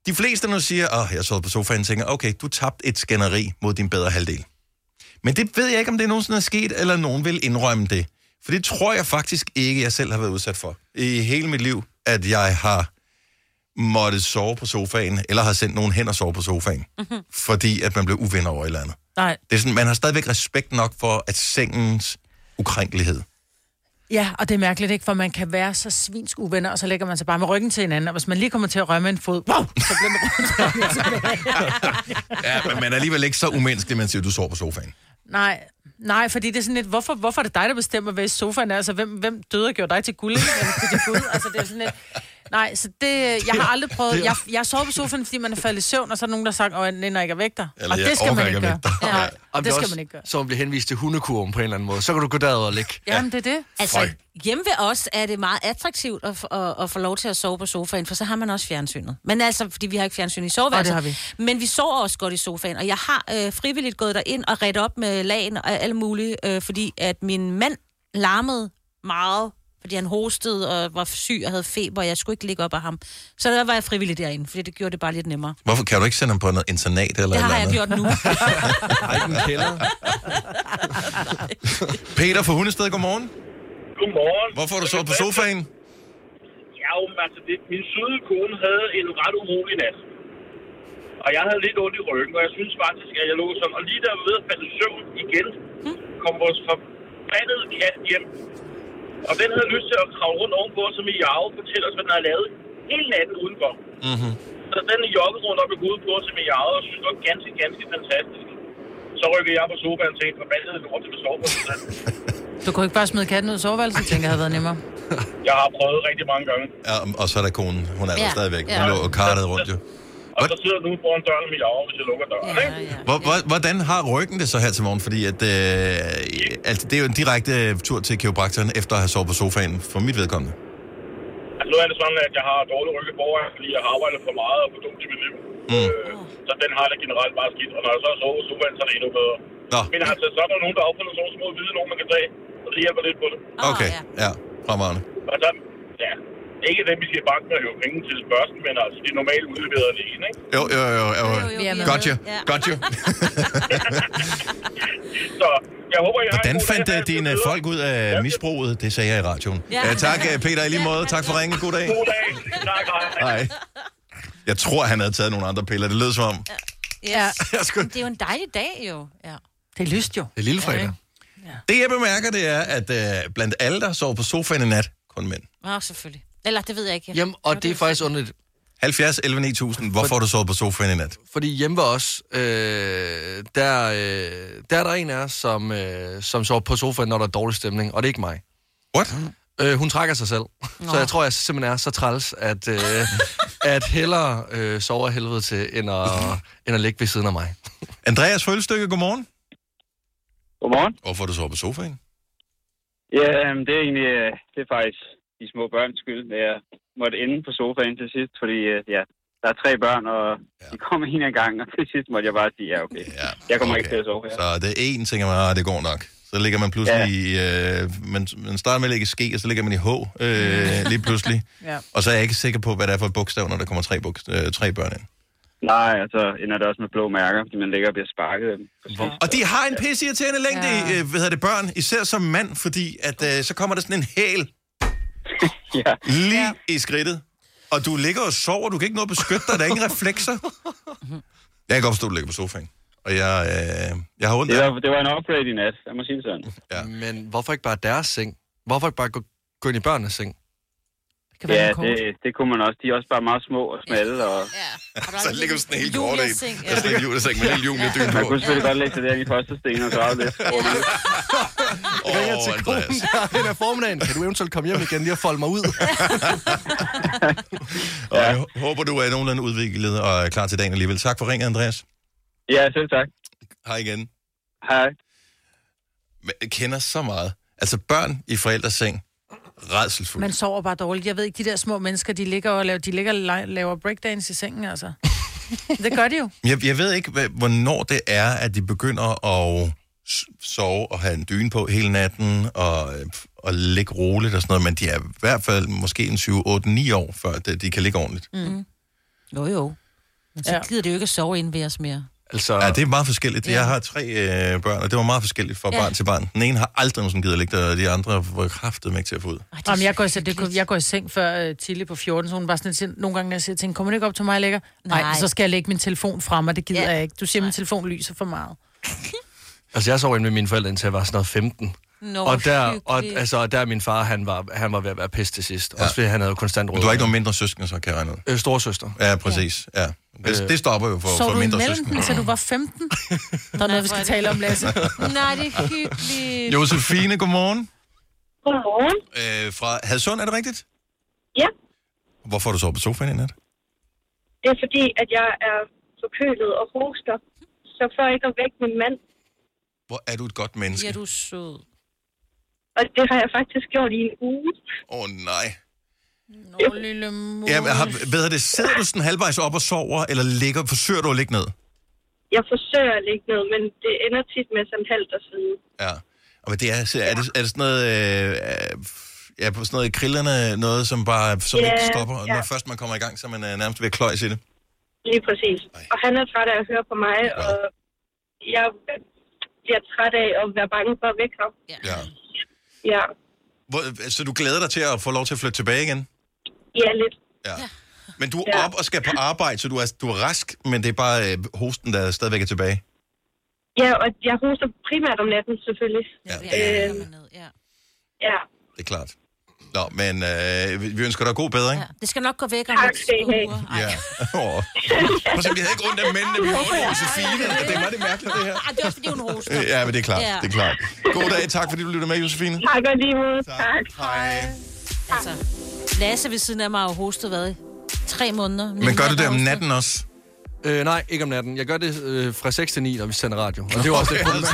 S1: De fleste, når siger, at oh, jeg sad på sofaen, tænker, okay, du tabte et skænderi mod din bedre halvdel. Men det ved jeg ikke, om det nogensinde er sket, eller nogen vil indrømme det. For det tror jeg faktisk ikke, jeg selv har været udsat for. I hele mit liv, at jeg har måttet sove på sofaen, eller har sendt nogen hen og sove på sofaen,
S2: Mhm.
S1: fordi at man blev uvenner over et eller andet.
S2: Nej.
S1: Det er sådan, man har stadigvæk respekt nok for, at sengens ukrænkelighed.
S2: Ja, og det er mærkeligt, ikke? For man kan være så svinsk uvenner, og så lægger man sig bare med ryggen til hinanden. Og hvis man lige kommer til at rømme en fod, wow, så bliver man rundt tilbage.
S1: Ja, men man er alligevel ikke så umenneskelig, man siger, du sover på sofaen.
S2: Nej, nej, fordi det er sådan lidt, hvorfor, hvorfor er det dig, der bestemmer, hvad i sofaen er? Altså, hvem, hvem døde og gjorde dig til guld? ikke? Eller til dit Gud? Altså, det er sådan lidt... Nej, så det, øh, jeg har aldrig prøvet...
S1: det-
S2: Jeg, jeg sover på sofaen, fordi man er faldet i søvn, og så er der nogen, der har sagt, at jeg nænder ikke at vække dig.
S4: Eller
S2: Og
S4: jeg
S2: det skal
S4: orker
S2: man ikke
S4: ikke
S2: gøre.
S4: at vække dig.
S2: Ja,
S4: Ja.
S2: og det skal man ikke gøre.
S4: Så man bliver henvist til hundekurven på en eller anden måde. Så kan du gå derud og ligge.
S2: Jamen, det er det.
S3: Altså,
S4: Føj.
S3: hjemme ved os er det meget attraktivt at, at, at få lov til at sove på sofaen, for så har man også fjernsynet. Men altså, fordi vi har ikke fjernsyn i soveværelset.
S2: Og det
S3: har vi. Men vi sover også godt i sofaen, og jeg har øh, frivilligt gået derind og ret op med lagen og alt muligt, øh, fordi at min mand larmede meget, fordi han hostede og var syg og havde feber, og jeg skulle ikke ligge op af ham. Så der var jeg frivillig derinde, fordi det gjorde det bare lidt nemmere.
S1: Hvorfor kan du ikke sende ham på noget internat eller
S3: Det
S1: et
S3: har
S1: eller
S3: jeg
S1: andet?
S3: gjort nu.
S1: Peter fra Hundested, godmorgen.
S15: Godmorgen.
S1: Hvorfor har du sovet på sofaen?
S15: Ja, jo, men altså, det, min søde kone havde en ret umulig nat. Og jeg havde lidt ondt i ryggen, og jeg synes faktisk, at jeg lå sådan. Og lige der ved at falde i søvn igen, kom vores forbandede kat hjem. Og den havde lyst til at kravle rundt ovenpå, som i jage fortæller os, hvad den havde lavet hele natten udenfor.
S1: Mm-hmm.
S15: Så den joggede rundt op i hovedet på os, som i jage, og synes, det var ganske, ganske fantastisk. Så rykkede jeg på sofaen til en forbandet lort til at sove på. den.
S2: Du kunne ikke bare smide katten ud af soveværelset, tænker jeg havde været nemmere.
S15: Jeg har prøvet rigtig mange gange.
S1: Ja, og så er der konen. Hun er der
S2: Ja,
S1: stadigvæk.
S2: ja.
S1: Hun lå og kartede rundt jo.
S15: Og så sidder den ude foran døren med jager, hvis jeg lukker døren. Ja, ja.
S1: Hvor, hvor, hvordan har ryggen det så her til morgen? Fordi at, øh, altså, det er jo en direkte øh, tur til kiropraktoren, efter at have sovet på sofaen, for mit vedkommende.
S15: Altså, nu er det sådan, at jeg har dårlig ryg i forvejen, fordi jeg har arbejdet for meget og for dumt i mit liv. Øh,
S1: Mm.
S15: Så den har det generelt bare skidt. Og når jeg så sover på sofaen, så er det endnu bedre.
S1: Nå.
S15: Men altså, så er der nogen, der har opfundet sådan nogle små hvide nogen, man kan tage. Og det hjælper lidt på det.
S1: Okay, ja. Fremragende.
S15: Og så, ja, ikke dem, vi skal i banken og høve penge til spørgsmål, men altså, de normale udleverede i en, ikke?
S1: Jo, jo, jo. jo, jo. Gotcha. Gotcha.
S15: Så jeg håber, jeg
S1: Hvordan fandt øh, dine øh, folk ud af misbruget? Det sagde jeg i radioen.
S15: Ja.
S1: Ja, tak, øh, Peter, i lige måde. Tak for ringen. God dag.
S15: God dag. Tak,
S1: Hej. Jeg tror, han havde taget nogle andre piller. Det lød som om.
S3: Ja. Men Det er jo en dejlig dag, jo. Ja.
S2: Det er lyst jo.
S1: Det er lille fredag. Det, jeg bemærker, det er, at øh, blandt alle, der sover på sofaen i nat, kun mænd.
S3: Nå, selvfølgelig. Eller, det ved jeg ikke.
S4: Jamen, og det er faktisk underligt.
S1: 70, 11, 9000. Hvorfor har du sovet på sofaen i nat?
S4: Fordi hjemme ved os, øh, der, øh, der er der en af os, som, øh, som sover på sofaen, når der er dårlig stemning, og det er ikke mig.
S1: What?
S4: Øh, hun trækker sig selv. Nå. Så jeg tror, jeg simpelthen er så træls, at, øh, at hellere øh, sover af helvede til, end at, end at ligge ved siden af mig.
S1: Andreas Følstykke, godmorgen.
S14: Godmorgen.
S1: Hvorfor har du sovet på sofaen?
S14: Ja, øhm, det er egentlig øh, det er faktisk de små børns skyld, at jeg måtte ende på sofaen til sidst, fordi øh, ja, der er tre børn, og de kom en af gangen, og til sidst måtte jeg bare sige, ja, okay, ja, jeg kommer okay. ikke til at sove her.
S1: Så det er én ting, at man har, det går nok. Så ligger man pludselig ja. øh, man, man starter med at lægge i ske, og så ligger man i H øh, lige pludselig.
S2: Ja.
S1: Og så er jeg ikke sikker på, hvad det er for et bogstav, når der kommer tre, bogst- øh, tre børn ind.
S14: Nej, og så ender det også med blå mærker, fordi man ligger og bliver sparket. af dem.
S1: Og de har en pisseirriterende længde, ja. øh, hvad hedder det, børn, især som mand, fordi at, øh, så kommer der sådan en hæl
S14: ja.
S1: lige ja. i skridtet. Og du ligger og sover, du kan ikke nå at beskytte dig, der er ingen reflekser. Jeg kan godt forstå, at du ligger på sofaen. Og jeg, øh, jeg har ondt
S14: Det
S1: af
S14: var, det var en upgrade i nat, jeg må sige det sådan.
S1: Ja.
S4: Men hvorfor ikke bare deres seng? Hvorfor ikke bare gå, gå ind i børnenes seng?
S2: Det
S14: ja, det, det kunne man også. De er også bare meget små og smalle. Og... Ja.
S1: Så ligger du sådan helt kort af. Der er sådan en juleseng med en lille julie dyn på.
S14: Man kunne selvfølgelig godt lægge sig der i første sten og grave lidt.
S4: Jeg ringer til konen der hen af formiddagen. Kan du eventuelt komme hjem igen lige og folde mig ud?
S1: Og jeg håber, du er nogenlunde udviklet og er klar til dagen alligevel. Tak for ringen, Andreas.
S14: Ja, selv tak.
S1: Hej igen.
S14: Hej.
S1: Jeg kender så meget. Altså børn i forældres seng. Redselfuldt.
S2: Man sover bare dårligt. Jeg ved ikke, de der små mennesker, de ligger og laver, de ligger og la- laver breakdance i sengen, altså. Det gør de jo.
S1: Jeg, jeg ved ikke, hvad, hvornår det er, at de begynder at s- sove og have en dyne på hele natten og, øh, og ligge roligt og sådan noget, men de er i hvert fald måske en 7, 8, 9 år, før det, de kan ligge ordentligt.
S3: Mm. Jo, jo. Men så gider det jo ikke at sove inde ved os mere.
S1: Altså... Ja, det er meget forskelligt. Jeg har tre øh, børn, og det var meget forskelligt fra
S3: Ja.
S1: ja. barn til barn. Den ene har aldrig nogensinde givet at ligge der, og de andre var kraftet ikke til at få ud.
S2: Jamen, jeg, går i, seng- det, kunne- jeg går i seng før uh, Tilly på 14, så hun var sådan lidt sind- nogle gange, når jeg siger til hende, kommer du ikke op til mig lækker?
S3: Nej.
S2: Nej. Nej, så skal jeg lægge min telefon frem, og det gider ja. jeg ikke. Du siger, min telefon lyser for meget.
S4: Altså, jeg sov inde med mine forældre, indtil jeg var sådan noget 15.
S2: Nå,
S4: og der,
S2: hyggeligt.
S4: og, altså, og der min far, han var, han var ved at være pisse til sidst. Ja. Også fordi han havde jo konstant råd.
S1: Men du har ikke nogen mindre søskende, så kan jeg regne ud.
S4: Øh, storsøster.
S1: Ja, præcis. Ja. Øh, Det, det stopper jo for,
S2: Så
S1: for
S2: du
S1: mindre
S2: imellem
S1: søskende.
S2: dem, til du var 15? Der er noget, vi skal tale om, Lasse.
S3: Nej, det er hyggeligt.
S1: Josefine, godmorgen.
S16: Godmorgen.
S1: Øh, fra Hadsund, er det rigtigt?
S16: Ja,
S1: Hvorfor har du sovet på sofaen i nat?
S16: det er fordi, at jeg er forkølet og hoster. Så for ikke at vække min mand,
S1: Hvor er du et godt menneske?
S16: Ja, du
S1: Åh, ja,
S16: er og det har jeg faktisk gjort i en uge.
S1: oh, nej.
S2: Nå, lille mor.
S1: Jamen, har, ved jeg det, sidder du sådan halvvejs op og sover, eller ligger, forsøger du at ligge ned?
S16: Jeg forsøger at ligge ned, men det ender tit med sådan halvt og siden.
S1: Ja. Og men det er, så er, det, er det sådan noget... Øh, øh, ja, på sådan noget i krillerne, noget, som bare som
S16: Ja,
S1: yeah, ikke stopper. Og Når
S16: ja.
S1: først man kommer i gang, så er man øh, nærmest ved at kløjs i det.
S16: Lige præcis. Og han er træt af at høre på mig, og jeg bliver træt af at være bange for at vække ham.
S1: Ja.
S16: Ja,
S1: Hvor, så du glæder dig til at få lov til at flytte tilbage igen?
S16: ja lidt.
S1: Ja. Men du er op og skal på arbejde, så du er, du er rask, men det er bare øh, hosten, der stadigvæk er tilbage.
S16: Ja, og jeg hoster primært om natten, selvfølgelig.
S1: Ja,
S16: øh, ja.
S1: Det er klart. Nå, men øh, vi- vi ønsker dig god bedring. Ja.
S3: Det skal nok gå væk om et par uger.
S1: Ja. Oh. Prøv at se, vi havde ikke ondt af mændene, vi havde ondt af Josefine. Det var det mærkeligt, det her.
S3: Ej, det var fordi, hun hoster.
S1: Øh, Ja, men det er klart.
S3: Ja.
S1: Det er klart. God dag. Tak, fordi du lytter med, Josefine.
S16: Tak og lige måde. Tak.
S1: Hej.
S3: Altså, Lasse ved siden af mig har jo hostet været i tre måneder.
S4: Men gør
S1: du det om natten også?
S4: Øh, nej, ikke om natten. Jeg gør det øh, fra 6 til 9, når vi sender radio. Og det er jo også lidt problematisk.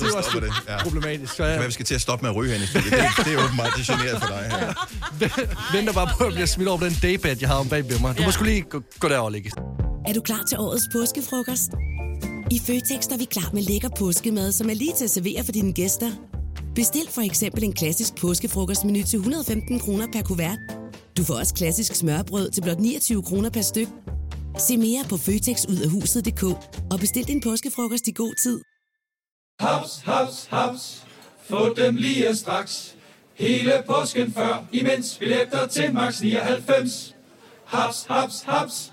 S1: det er også det. Ja.
S4: problematisk.
S1: Det kan være, vi skal til at stoppe med at ryge herinde i studiet. Det, det er åbenbart, det generer for dig. Her.
S4: Venter bare på at blive smidt over på den daybed, jeg har om bag ved mig. Du må skulle lige gå, gå derover og ligge.
S17: Er du klar til årets påskefrokost? I Føtex er vi klar med lækker påskemad, som er lige til at servere for dine gæster. Bestil for eksempel en klassisk påskefrokostmenu til 115 kroner per kuvert. Du får også klassisk smørbrød til blot 29 kroner per styk. Se mere på føtexudafhuset.dk og bestil din påskefrokost i god tid.
S11: Haps, haps, haps. Få dem lige straks. Hele påsken før, imens billetter til max 99. Haps, haps, haps.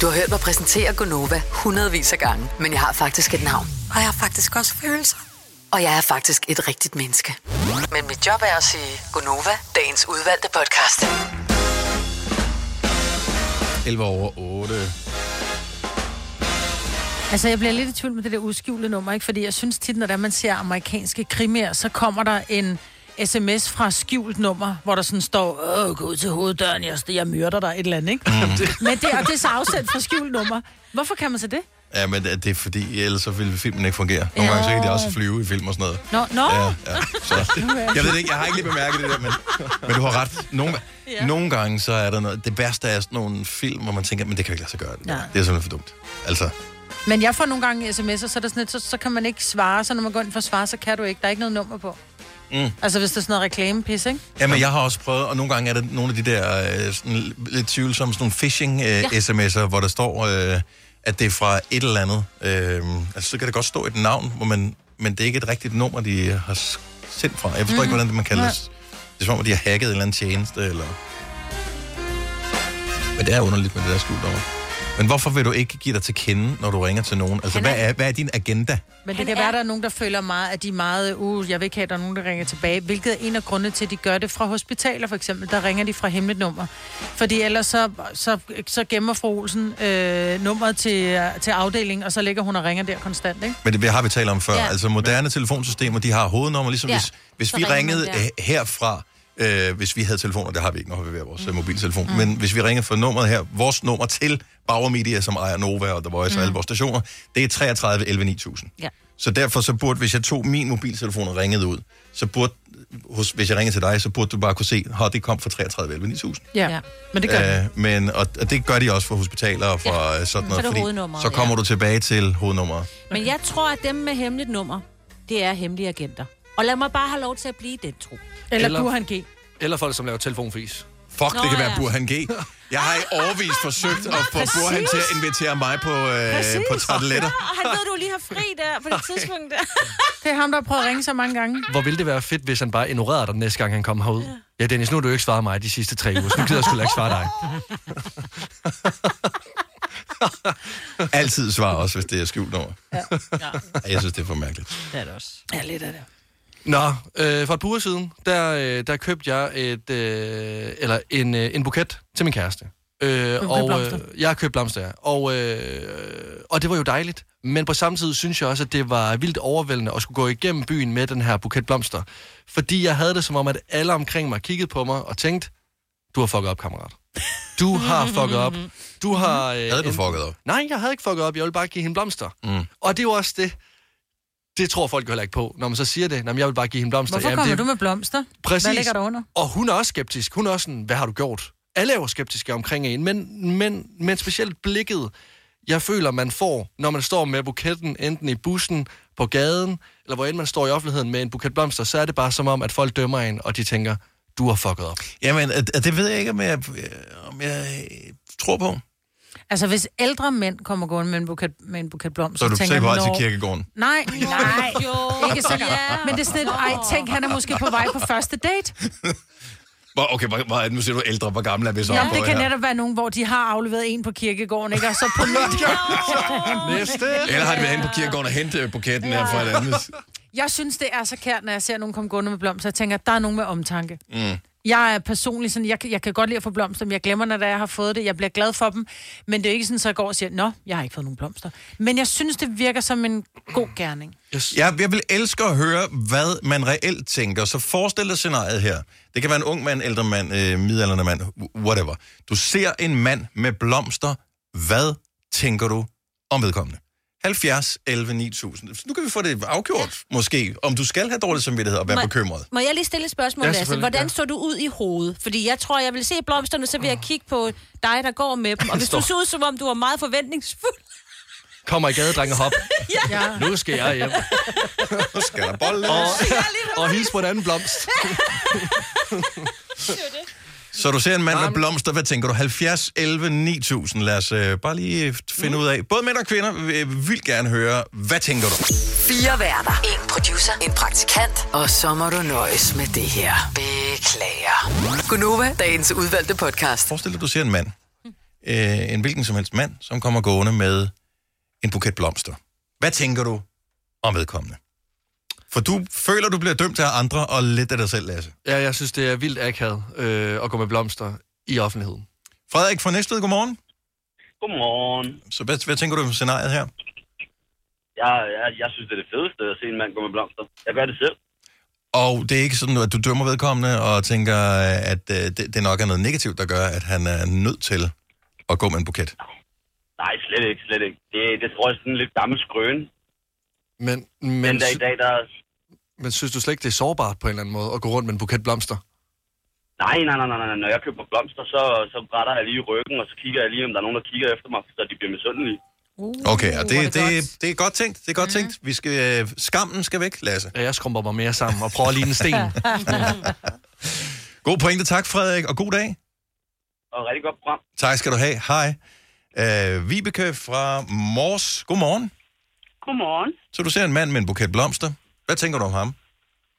S6: Du har hørt mig præsentere Gonova hundredvis af gange, men jeg har faktisk et navn. Og jeg har faktisk også følelser. Og jeg er faktisk et rigtigt menneske. Men mit job er at sige Gonova, dagens udvalgte podcast.
S1: 11 over 8.
S2: Altså, jeg bliver lidt i tvivl med det der udskjulte nummer, ikke? Fordi jeg synes tit, når det er, man ser amerikanske krimier, så kommer der en sms fra skjult nummer, hvor der sådan står, Åh, gå ud til hoveddøren, jeg, jeg myrder dig, et eller andet, ikke? Mm. Men det, og det er så afsendt fra skjult nummer. Hvorfor kan man så det?
S1: Ja, men det er fordi, ellers så ville filmen ikke fungere. Nogle gange så kan de også flyve i film og sådan noget.
S2: Nå, nå.
S1: Ja, ja. Så, jeg ved det ikke, jeg har ikke lige bemærket det der, men, men du har ret. Nogle, ja. nogle gange så er der noget, det værste er sådan nogle film, hvor man tænker, men det kan jo ikke lade sig gøre. Det, der.
S2: Nej.
S1: det er simpelthen for dumt. Altså,
S2: Men jeg får nogle gange sms'er, så, er der sådan et, så, så kan man ikke svare, så når man går ind for at svare, så kan du ikke. Der er ikke noget nummer på.
S1: mm.
S2: Altså, hvis der er sådan noget reklamepis, ikke?
S1: Jamen, jeg har også prøvet, og nogle gange er der nogle af de der øh, sådan, lidt tvivlsomme sådan nogle
S2: Ja.
S1: phishing-sms'er, hvor der står, øh, at det er fra et eller andet. Øh, altså, så kan det godt stå et navn, hvor man, men det er ikke et rigtigt nummer, de har s- sendt fra. Jeg forstår mm. ikke, hvordan det man kalder
S2: Mhm. Nej.
S1: det. Det er som om, at de har hacket en eller anden tjeneste, eller... Men det er underligt med det der skjult nummer. Men hvorfor vil du ikke give dig til kende, når du ringer til nogen? Altså, hvad er, hvad er din agenda?
S2: Men det kan være, der er nogen, der føler meget, at de er meget, uh, jeg vil ikke have, at der er nogen, der ringer tilbage, hvilket er en af grundene til, at de gør det fra hospitaler, for eksempel. Der ringer de fra hemmeligt nummer. Fordi ellers så, så, så gemmer fru Olsen øh, nummeret til, til afdelingen, og så ligger hun og ringer der konstant, ikke?
S1: Men det har vi talt om før.
S2: Ja.
S1: Ja. Altså moderne telefonsystemer, de har hovednummer, ligesom
S2: Ja.
S1: ja. hvis, hvis
S2: Så
S1: vi
S2: ringer man
S1: ringede
S2: der.
S1: øh, herfra, øh, hvis vi havde telefoner, det har vi ikke, når vi er ved vores mm. mobiltelefon,
S2: Mm.
S1: mm. men hvis vi ringer fra nummeret her, vores nummer til Bauer Media, som ejer Nova og The Voice mm.
S2: Mm.
S1: og alle vores stationer, det er 33 11 9000.
S2: Ja.
S1: Så derfor så burde, hvis jeg tog min mobiltelefon og ringede ud, så burde, hos, hvis jeg ringede til dig, så burde du bare kunne se, at det kom fra 33 11 9000.
S2: Ja. ja. Men det gør det.
S1: Øh, men, og, og, det gør de også for hospitaler og for ja. sådan
S3: Så er
S1: noget,
S3: det
S1: fordi
S3: hovednummeret,
S1: så kommer
S3: ja.
S1: du tilbage til hovednummeret.
S3: Men jeg tror, at dem med hemmeligt nummer, det er hemmelige agenter. Og lad mig bare have lov til at blive i den tro.
S4: Eller Eller- Burhan
S2: G.
S4: Eller folk, som laver telefonfis.
S1: Fuck,
S3: Nå,
S1: det kan være
S3: ja.
S1: Burhan G. Jeg har i årvis forsøgt at få
S3: Præcis.
S1: Burhan til at invitere mig på, øh,
S3: Præcis.
S1: på tarteletter.
S3: Ja, og han ved, du lige har fri der på det tidspunkt der.
S2: Det er ham, der har prøvet at ringe så mange gange.
S4: Hvor ville det være fedt, hvis han bare ignorerede dig den næste gang, han kom herud? Ja, Dennis, nu har du jo ikke svaret mig de sidste tre uger, så nu gider jeg sgu da ikke svare dig.
S1: Altid svar også, hvis det er skjult nummer.
S2: Ja.
S1: Jeg synes, det er for mærkeligt.
S2: Det er det også. Ja, lidt af det.
S4: Nå, øh, for et par uger siden, der, øh, der købte jeg et, øh, eller en, øh, en buket til min kæreste. Øh,
S18: købte
S4: og
S18: blomster?
S4: øh, jeg købte blomster, ja. og, øh, og det var jo dejligt. Men på samme tid synes jeg også, at det var vildt overvældende at skulle gå igennem byen med den her buket blomster. Fordi jeg havde det som om, at alle omkring mig kiggede på mig og tænkte, du har fucket op, kammerat. Du har fucket op. Du har... Øh, havde
S1: du fucket op?
S4: Nej, jeg havde ikke fucket op. Jeg ville bare give hende blomster.
S1: Mm.
S4: Og det er jo også det. Det tror folk jo heller ikke på, når man så siger det. Når jeg vil bare give hende blomster.
S2: Hvorfor
S4: Jamen,
S2: kommer
S4: det...
S2: du med blomster?
S4: Præcis.
S2: Hvad ligger der under?
S4: Og hun er også skeptisk. Hun er også sådan, hvad har du gjort? Alle er jo skeptiske omkring en, men, men, men specielt blikket, jeg føler, man får, når man står med buketten, enten i bussen, på gaden, eller hvor end man står i offentligheden med en buket blomster, så er det bare som om, at folk dømmer en, og de tænker, du har fucket op.
S1: Jamen, øh, det ved jeg ikke, om jeg, øh, om jeg øh, tror på.
S2: Altså, hvis ældre mænd kommer gående med en buket, med en buket blomster,
S1: Så er du
S2: tænker
S1: sikkert på vej
S2: jeg,
S1: til
S2: "Nå."
S1: kirkegården.
S2: Nej, nej.
S3: Jo.
S2: Ikke så
S3: Ja.
S2: ja. Men det er sådan, lidt, ej, tænk, han er måske på vej på første date.
S1: Hvor, okay, hvor, hvor, nu siger du ældre. Hvor gammel er vi så?
S2: Ja,
S1: oppe
S2: det
S1: på
S2: kan
S1: her?
S2: netop være nogen, hvor de har afleveret en på kirkegården, ikke? Og så på lørdag.
S1: Eller har de været inde på kirkegården og hentet buketten ja. fra et andet?
S2: Jeg synes, det er så kært, når jeg ser nogen komme gående med blomster. Jeg tænker, der er nogen med omtanke.
S1: Mm.
S2: Jeg er personligt sådan, jeg, kan- jeg kan godt lide at få blomster, men jeg glemmer, når det er, jeg har fået det. Jeg bliver glad for dem, men det er ikke sådan, så jeg går og siger, nå, jeg har ikke fået nogen blomster. Men jeg synes, det virker som en god gerning.
S1: Yes. Jeg, jeg vil elske at høre, hvad man reelt tænker. Så forestil dig scenariet her. Det kan være en ung mand, ældre mand, øh, midaldrende mand, wh- whatever. Du ser en mand med blomster. Hvad tænker du om vedkommende? 70, 11, 9000. Så Nu kan vi få det afgjort, måske, om du skal have dårlig samvittighed og være
S3: Må-
S1: bekymret.
S3: Må jeg lige stille et spørgsmål,
S1: Ja,
S3: ja, Lasse?
S1: selvfølgelig,
S3: Hvordan
S1: ja.
S3: så du ud i hovedet? Fordi jeg tror, jeg vil se blomsterne, så vil jeg kigge på dig, der går med dem. Og hvis du
S4: Står.
S3: så ud, som om du var meget forventningsfuld.
S4: Kommer i gade, drenge, hop.
S3: Ja.
S4: Nu skal jeg hjem.
S1: Nu skal der bolle.
S4: Og, og hils på en anden blomst.
S1: Så du ser en mand med blomster, hvad tænker du? 70, 11, 9000. Lad os øh, bare lige øh, finde ud af. Både mænd og kvinder øh, vil gerne høre, hvad tænker du?
S6: Fire værter. En producer. En praktikant. Og så må du nøjes med det her. Beklager. Gunova, dagens udvalgte podcast.
S1: Forestil dig, du ser en mand. Øh, en hvilken som helst mand, som kommer gående med en buket blomster. Hvad tænker du om vedkommende? For du føler, du bliver dømt af andre, og lidt af dig selv, Lasse.
S4: Ja, jeg synes, det er vildt akavet øh, at gå med blomster i offentligheden.
S1: Frederik fra Næstved, godmorgen.
S19: Godmorgen.
S1: Så hvad, hvad tænker du om scenariet her?
S19: Jeg, jeg, jeg synes, det er det fedeste at se en mand gå med blomster. Jeg gør det selv.
S1: Og det er ikke sådan, at du dømmer vedkommende og tænker, at øh, det, det nok er noget negativt, der gør, at han er nødt til at gå med en buket.
S19: Nej, slet ikke, slet ikke. Det, det tror jeg er sådan en lidt gammel skrøne.
S4: Men, men,
S19: Den dag i dag, der...
S4: Men synes du slet ikke, det er sårbart på en eller anden måde at gå rundt med en buket blomster?
S19: Nej, nej, nej, nej, nej. Når jeg køber blomster, så, så retter jeg lige ryggen, og så kigger jeg lige, om der er nogen, der kigger efter mig, så de bliver misundelige.
S1: Okay, og det, det, det, det er godt Mhm. tænkt. Det er godt tænkt. Vi skal, øh, skammen skal væk, Lasse.
S4: Ja, jeg skrumper mig mere sammen og prøver at ligne en sten.
S1: God pointe. Tak, Frederik, og god dag.
S19: Og rigtig godt program.
S1: Tak skal du have. Hej. Øh, Vibeke fra Mors. Godmorgen.
S20: Godmorgen.
S1: Så du ser en mand med en buket blomster. Hvad tænker du om ham?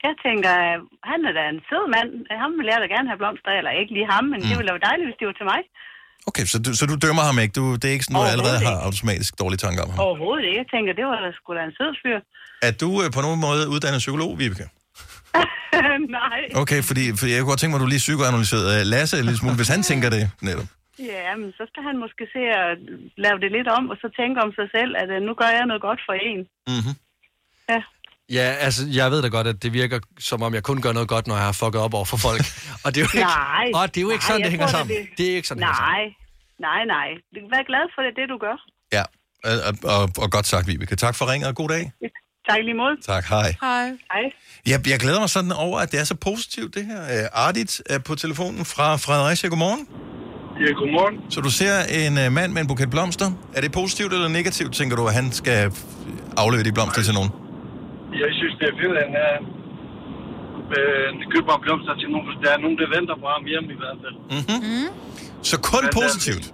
S20: Jeg tænker, øh, han er da en sød mand. Ham ville jeg da gerne have blomster, eller ikke lige ham, men mm. det
S1: Mm.
S20: ville da være dejligt, hvis det var til mig.
S1: Okay, så du, så du dømmer ham ikke. Du, det er ikke sådan, du allerede har automatisk dårlige tanker om ham.
S20: Overhovedet ikke. Jeg tænker, det var da sgu da en sød fyr.
S1: Er du øh, på nogen måde uddannet psykolog, Vibeke?
S20: Nej.
S1: Okay, fordi, fordi jeg kunne godt tænke mig, at du lige psykoanalyserede øh, Lasse en lille smule, hvis han tænker det netop.
S20: Ja, men så skal han måske se at lave det lidt om, og så tænke om sig selv, at øh, nu gør jeg noget godt for en.
S1: Mm-hmm.
S4: Ja, altså, jeg ved da godt, at det virker som om, jeg kun gør noget godt, når jeg har fucket op over for folk. Og det er jo ikke,
S20: Nej.
S4: og det er jo ikke
S20: Nej,
S4: sådan,
S20: jeg
S4: det hænger
S20: tror da,
S4: sammen. Det er ikke sådan, det hænger
S20: Nej. Nej, nej. Vær glad for det, det du gør.
S1: Ja, og, og, og godt sagt, Vibeke. Tak for ringet, og god dag.
S20: Tak lige måde.
S1: Tak, hej.
S20: Hej. Hej.
S1: Jeg, jeg glæder mig sådan over, at det er så positivt, det her. Øh, Ardit er på telefonen fra Fredericia. Godmorgen.
S15: Ja, godmorgen.
S1: Så du ser en øh, mand med en buket blomster. Er det positivt eller negativt, tænker du, at han skal øh, aflevere de blomster til nogen?
S15: Jeg synes, det er fedt, at han er... Øh, køber mig blomster til nogen, for der er nogen, der venter på ham hjemme i hvert fald.
S1: Mm-hmm. Mm. Så kun
S15: Men, øh,
S1: positivt?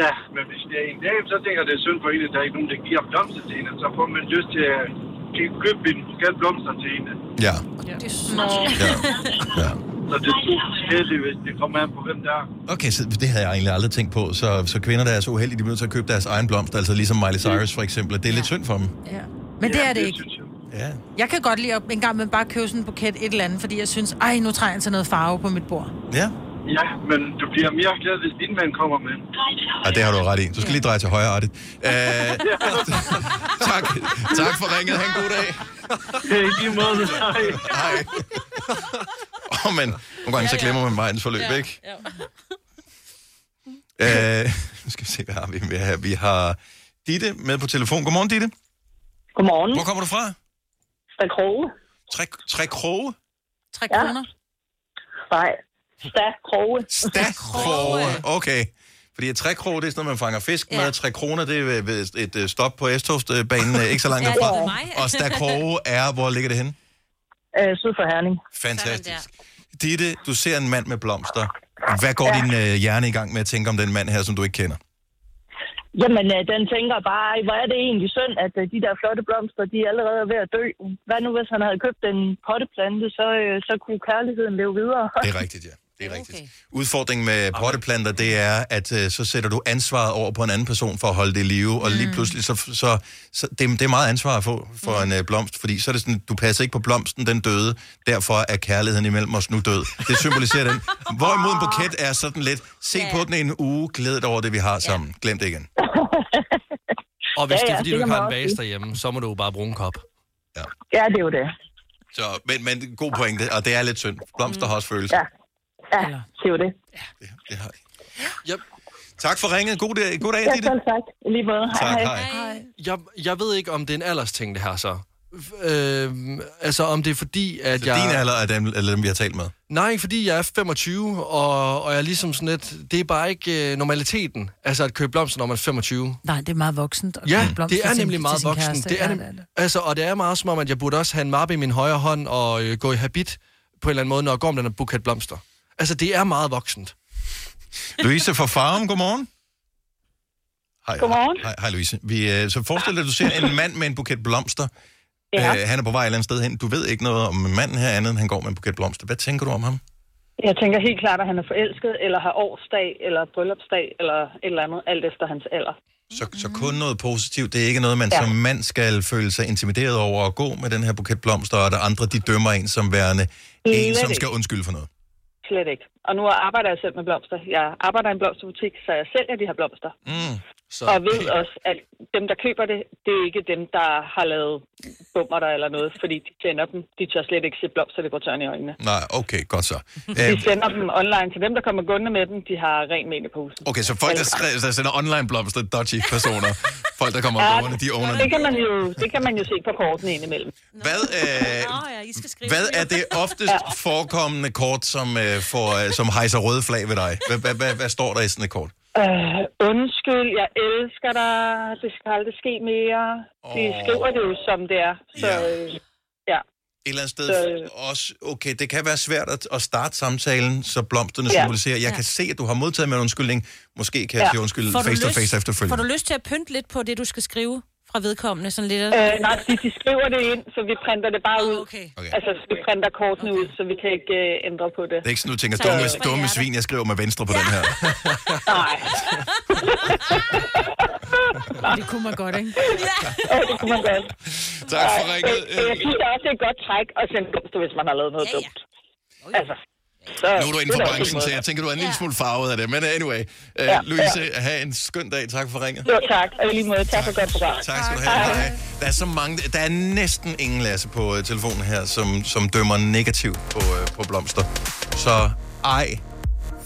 S15: Ja, men hvis det er en dag, så tænker jeg, det er synd for hende, at der er ikke nogen, der giver blomster til hende. Så får man lyst til at kø- købe en buket blomster til hende.
S1: Ja.
S15: Det er snart. Ja.
S1: ja.
S15: Så det er kedeligt, hvis det kommer an på, hvem der er.
S1: Okay, så det havde jeg egentlig aldrig tænkt på. Så, så kvinder, der er så uheldige, de bliver nødt til at købe deres egen blomster, altså ligesom Miley Cyrus for eksempel. Det er lidt synd for dem.
S2: Ja. Men det er det ikke.
S1: Ja.
S2: Jeg kan godt lide at en gang med bare købe sådan en buket et eller andet, fordi jeg synes, ej, nu trænger jeg til noget farve på mit bord.
S1: Ja.
S15: Ja, men du bliver mere glad, hvis din mand kommer med.
S1: Ja, Ah, det har du ret i. Du skal lige dreje til højre, Artigt. Uh, tak. tak for ringet. Ha' en god dag.
S15: Hey, lige måde.
S1: Hej. Åh, oh, men nogle gange så glemmer man vejens forløb, ja. ikke? Ja. Uh, nu skal vi se, hvad har vi med her. Vi har Ditte med på telefon. Godmorgen, Ditte.
S5: Godmorgen.
S1: Hvor kommer du fra?
S5: Tre kroge.
S1: Tre, tre kroge?
S2: Tre kroner?
S5: Nej. Stad kroge.
S1: Stad kroge. Okay. Fordi et trækrog, det er sådan noget, man fanger fisk ja. med. Tre kroner, det er ved- ved et øh, stop på S-togsbanen, øh, ikke så langt
S5: Ja, det er
S1: derfra.
S5: mig.
S1: Og Stakroge er, hvor ligger det henne?
S5: Øh, syd for Herning.
S1: Fantastisk. Ditte, du ser en mand med blomster. Hvad går ja. din øh, hjerne i gang med at tænke om den mand her, som du ikke kender?
S5: Jamen, øh, den tænker bare, "Ej, hvor er det egentlig synd, at øh, de der flotte blomster, de er allerede ved at dø. Hvad nu, hvis han havde købt en potteplante, så, øh, så kunne kærligheden leve videre.
S1: Det er rigtigt, ja. Det er rigtigt. Udfordringen med potteplanter, det er, at øh, så sætter du ansvaret over på en anden person for at holde det i live, og lige pludselig, så, så, så det, det er meget ansvar at få for en øh, blomst, fordi så er det sådan, du passer ikke på blomsten, den døde, derfor er kærligheden imellem os nu død. Det symboliserer den. Hvorimod en buket er sådan lidt, se på den i en uge, glæd dig over det, vi har sammen. Glem det igen.
S4: Og hvis
S5: Ja,
S4: det er,
S5: ja,
S4: fordi
S5: det
S4: du
S5: kan
S4: ikke har
S5: man
S4: en
S5: også
S4: vase
S5: sige.
S4: derhjemme, så må du jo bare bruge en kop.
S5: Ja, det er jo det.
S1: Så, men, men god pointe, og det er lidt synd. Blomster har også følelser.
S5: Ja. Ja, det er jo det.
S1: Tak for ringet. God dag, god dag
S5: Ja,
S1: Ditte.
S5: selv tak. I Lige måde. Hej,
S4: Tak,
S5: hej.
S4: hej. Jeg, jeg ved ikke, om det er en aldersting, det her så. F- Øh, altså, om det er fordi, at
S1: Så
S4: jeg...
S1: din alder er dem, eller dem, vi har talt med.
S4: Nej, ikke fordi jeg er 25, og, og jeg er ligesom sådan lidt... Det er bare ikke øh, normaliteten, altså at købe blomster, når man er 25.
S2: Nej, det er meget voksent. at
S4: Ja,
S2: købe blomster
S4: det er
S2: til sin-
S4: nemlig
S2: til
S4: meget
S2: sin
S4: voksen.
S2: kæreste.
S4: Det er
S2: Ja,
S4: nem...
S2: det er det.
S4: altså, og det er meget som om, at jeg burde også have en mappe i min højre hånd og øh, gå i habit på en eller anden måde, når jeg går om den her buket blomster. Altså, det er meget voksent.
S1: Louise fra Farum, godmorgen. Hej,
S5: Godmorgen.
S1: Hej, hej Louise. Vi, øh, så forestil dig, at du ser en mand med en buket blomster.
S5: Ja.
S1: Øh, han er på vej et eller andet sted hen. Du ved ikke noget om manden her andet, end han går med en buket blomster. Hvad tænker du om ham?
S5: Jeg tænker helt klart, at han er forelsket, eller har årsdag, eller bryllupsdag, eller et eller andet, alt efter hans alder.
S1: Så, så kun noget positivt. Det er ikke noget, man ja.
S5: Ja.
S1: som mand skal føle sig intimideret over at gå med den her buket blomster, og der andre, de dømmer en som værende en,
S5: Slet
S1: som
S5: ikke.
S1: skal undskylde for noget.
S5: Slet ikke. Og nu arbejder jeg selv med blomster. Jeg arbejder i en blomsterbutik, så jeg sælger de her blomster.
S1: Mm.
S5: Så... Og jeg ved også, at dem, der køber det, det er ikke dem, der har lavet bummer der eller noget, fordi de tænder dem. De tør slet ikke se blomsterdekoratøren i øjnene.
S1: Nej, okay, godt så.
S5: De
S1: Øh,
S5: sender dem online til dem, der kommer gående med dem. De har ren mel i posen.
S1: okay, så folk, der, skri- der sender online blomster, dodgy personer. Folk, der kommer
S5: Ja,
S1: ja, gående, de owner den.
S5: det, kan man jo, det kan man jo se på kortene indimellem.
S1: Hvad, øh, hvad er det oftest forekommende kort, som, øh, får, øh, som hejser røde flag ved dig? Hvad, hvad, hvad, hvad står der i sådan et kort?
S5: Øh, undskyld, jeg elsker dig. Det skal aldrig ske mere. De
S1: Åh.
S5: skriver det jo, som det er. Så, øh, ja.
S1: Et eller andet
S5: Så, øh,
S1: sted også, okay, det kan være svært at, at starte samtalen, så blomsterne
S5: Ja.
S1: symboliserer, jeg kan se, at du har modtaget med en undskyldning, måske kan jeg sige undskyld
S3: Får du
S1: face to
S3: lyst-
S1: face
S3: Får du
S1: efterfølgende.
S3: lyst til at pynte lidt på det, du skal skrive fra vedkommende? Sådan lidt?
S5: Øh, nej, de, de skriver det ind, så vi printer det bare
S2: Ah,
S5: ud. Okay. Altså, så vi printer kortene ud, så vi kan ikke øh, ændre på det.
S1: Det er ikke sådan, du tænker, dumme, dumme svin, jeg skriver med venstre på den her.
S5: Nej.
S2: Det kunne man godt, ikke?
S5: Ja, det kunne man godt.
S1: Tak for
S5: Nej,
S1: ringet.
S5: øh, øh, Jeg synes også, det er et godt træk at sende blomster, hvis man har lavet noget dumt. Altså, så,
S1: Nu er du inden
S5: det
S1: for
S5: da også
S1: branchen,
S5: en
S1: så
S5: måde.
S1: jeg tænker, du er en lille smule farvet af det. Men anyway, øh,
S5: Ja,
S1: Louise, have en skøn dag. Tak for ringet.
S5: Jo, tak. Og i lige måde, tak for godt program.
S1: Tak skal du have. Hej. Der er så mange, der er næsten ingen Lasse på øh, telefonen her, som, som dømmer negativt på, øh, på blomster. Så ej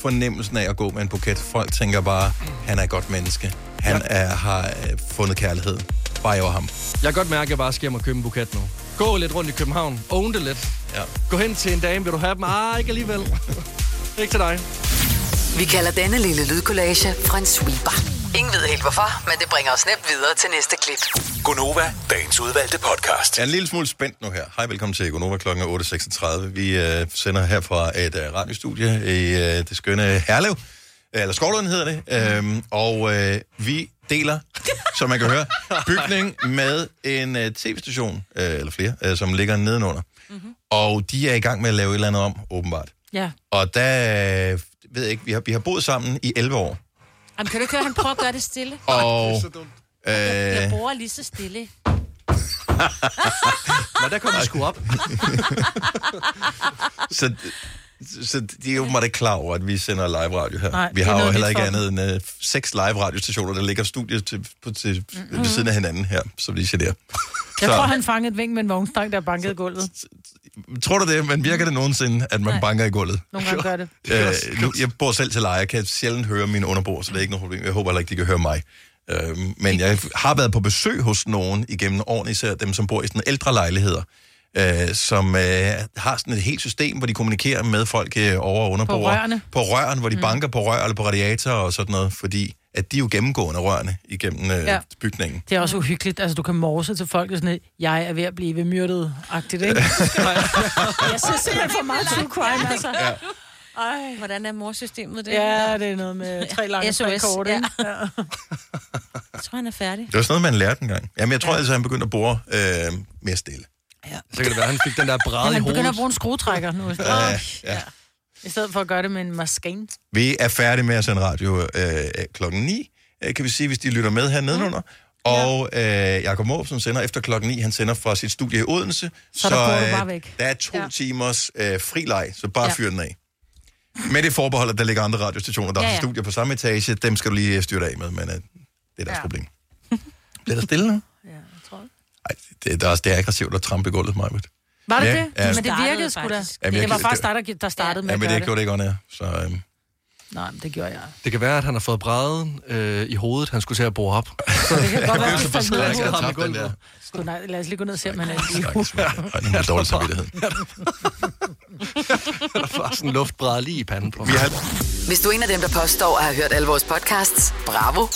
S1: fornemmelsen af at gå med en buket. Folk tænker bare, han er et godt menneske. Han er, har øh, fundet kærlighed. Bare jeg var ham.
S4: Jeg kan godt mærke, at jeg bare skal hjem og købe en buket nu. Gå lidt rundt i København. Own det lidt.
S1: Ja.
S4: Gå hen til en dame, vil du have dem? Ah, ikke alligevel. ikke til dig.
S6: Vi kalder denne lille lydkollage en sweeper. Ingen ved helt hvorfor, men det bringer os nemt videre til næste klip.
S8: Gunova, dagens udvalgte podcast.
S1: Jeg er en lille smule spændt nu her. Hej, velkommen til Economa klokken er 8.36. Vi øh, sender her fra et øh, radiostudie i øh, det skønne Herlev. Øh, Eller Skovlund hedder det. Øhm, og øh, vi deler, som man kan høre, bygning med en øh, tv-station, øh, eller flere, øh, som ligger nedenunder. Mm-hmm. Og de er i gang med at lave et eller andet om, åbenbart.
S2: Ja.
S1: Og der øh, ved jeg ikke, vi har, vi har boet sammen i 11 år.
S3: Jamen, kan du ikke høre, han prøver at gøre det stille?
S1: Og,
S3: Jeg
S1: øh,
S3: bruger lige så stille.
S4: Men der kom de sgu op.
S1: så, så de er jo meget ikke klar over, at vi sender live radio her.
S4: Nej,
S1: vi
S4: det
S1: har
S4: er
S1: jo
S4: noget
S1: heller
S4: nyt
S1: ikke
S4: for
S1: andet end øh, seks live radiostationer, der ligger studiet til, på, til, mm-hmm. ved siden af hinanden her, som de generer.
S2: Jeg
S1: Så-
S2: tror, han fangede et vink med en vognstang, der bankede gulvet.
S1: Tror du det, men virker det nogensinde, at man Nej. banker i gulvet?
S2: Nogle gange gør det.
S1: Øh, nu, jeg bor selv til leje, jeg kan sjældent høre mine underbord, så det er ikke noget problem. Jeg håber heller ikke, de kan høre mig. Øh, men jeg har været på besøg hos nogen igennem årene, især dem, som bor i sådan ældre lejligheder, øh, som øh, har sådan et helt system, hvor de kommunikerer med folk øh, over- og underbord.
S2: rørene.
S1: På røren, hvor de mm. banker på rør eller på radiatorer og sådan noget, fordi at de er jo gennemgående rørene igennem øh, ja.
S2: Ja.
S1: bygningen.
S2: Det er også uhyggeligt. Altså, du kan morse til folk og sådan et, jeg er ved at blive myrdet-agtigt, ikke? jeg synes simpelthen for meget true crime, altså.
S1: Ja.
S3: Ej. Hvordan er morsystemet det?
S2: Ja, det er noget med tre lange, tre
S3: SOS,
S2: korte,
S3: ja.
S2: ikke?
S3: Jeg tror, han er færdig.
S1: Det var sådan noget, man lærte engang. Jamen, jeg tror altså, han begyndte at bore øh, mere stille.
S2: Ja.
S4: Så kan det være, han fik den der
S2: Men
S4: bræde i
S2: han begynder
S4: hovedet.
S2: at bruge en skruetrækker nu.
S1: Ja, ja.
S2: I stedet for at gøre det med en maskine.
S1: Vi er færdige med at sende radio øh, klokken 9, øh, kan vi sige, hvis de lytter med her nedenunder. Og øh, Jakob Måb, som sender efter klokken 9, han sender fra sit studie i Odense.
S2: Så der går du
S1: øh,
S2: bare væk.
S1: Der er to ja.
S2: Ja.
S1: timers øh, frileg, så bare ja.
S2: Ja.
S1: fyr den af. Med det forbehold, at der ligger andre radiostationer, der ja,
S2: Ja,
S1: ja. har
S2: ja.
S1: studier på samme etage. Dem skal du lige øh, styre dig af med, men øh, det er deres ja. problem. Bliver der stille nu? Ja, jeg tror det. er også det er aggressivt at trampe i gulvet, Majbet.
S2: Var det
S1: Ja,
S2: det?
S1: ja.
S2: Men det virkede sgu da.
S1: Jamen, jeg
S2: Det var
S1: kan-
S2: faktisk dig, der, der startede med
S1: Ja,
S2: at
S1: men
S2: gøre
S1: det gjorde
S2: det.
S1: det ikke on air, så... Øh,
S2: Nej, men det gjorde jeg.
S4: Det kan være, at han har fået bræden øh, i hovedet, han skulle til at bruge op. Så det
S2: kan godt være, at han faldt ned i hovedet.
S4: ham i gulvet.
S2: Sgu, nej, lad os lige gå ned og se, om han er i
S1: Ej, nu er det dårlig samvittighed.
S4: Der var sådan en luftbræd lige i panden på. Vi
S6: Hvis du er en af dem, der påstår at have hørt alle vores podcasts, bravo.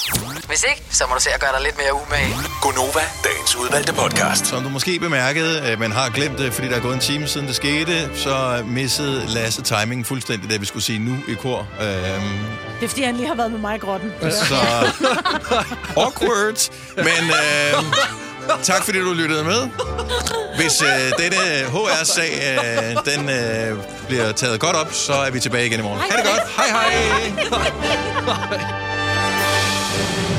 S6: Hvis ikke, så må du se at gøre dig lidt mere umage.
S8: Gunova, dagens udvalgte podcast.
S1: Som du måske bemærkede, øh, men har glemt det, fordi der er gået en time siden det skete, så missede Lasse timingen fuldstændig, da vi skulle sige nu i kor. Øhm,
S2: Det er, fordi han lige har været med mig i grotten.
S1: så awkward, men øhm, tak fordi du lyttede med. Hvis øh, denne HR-sag øh, den, øh, bliver taget godt op, så er vi tilbage igen i morgen. Ha' det godt. Hej hej.
S7: hej.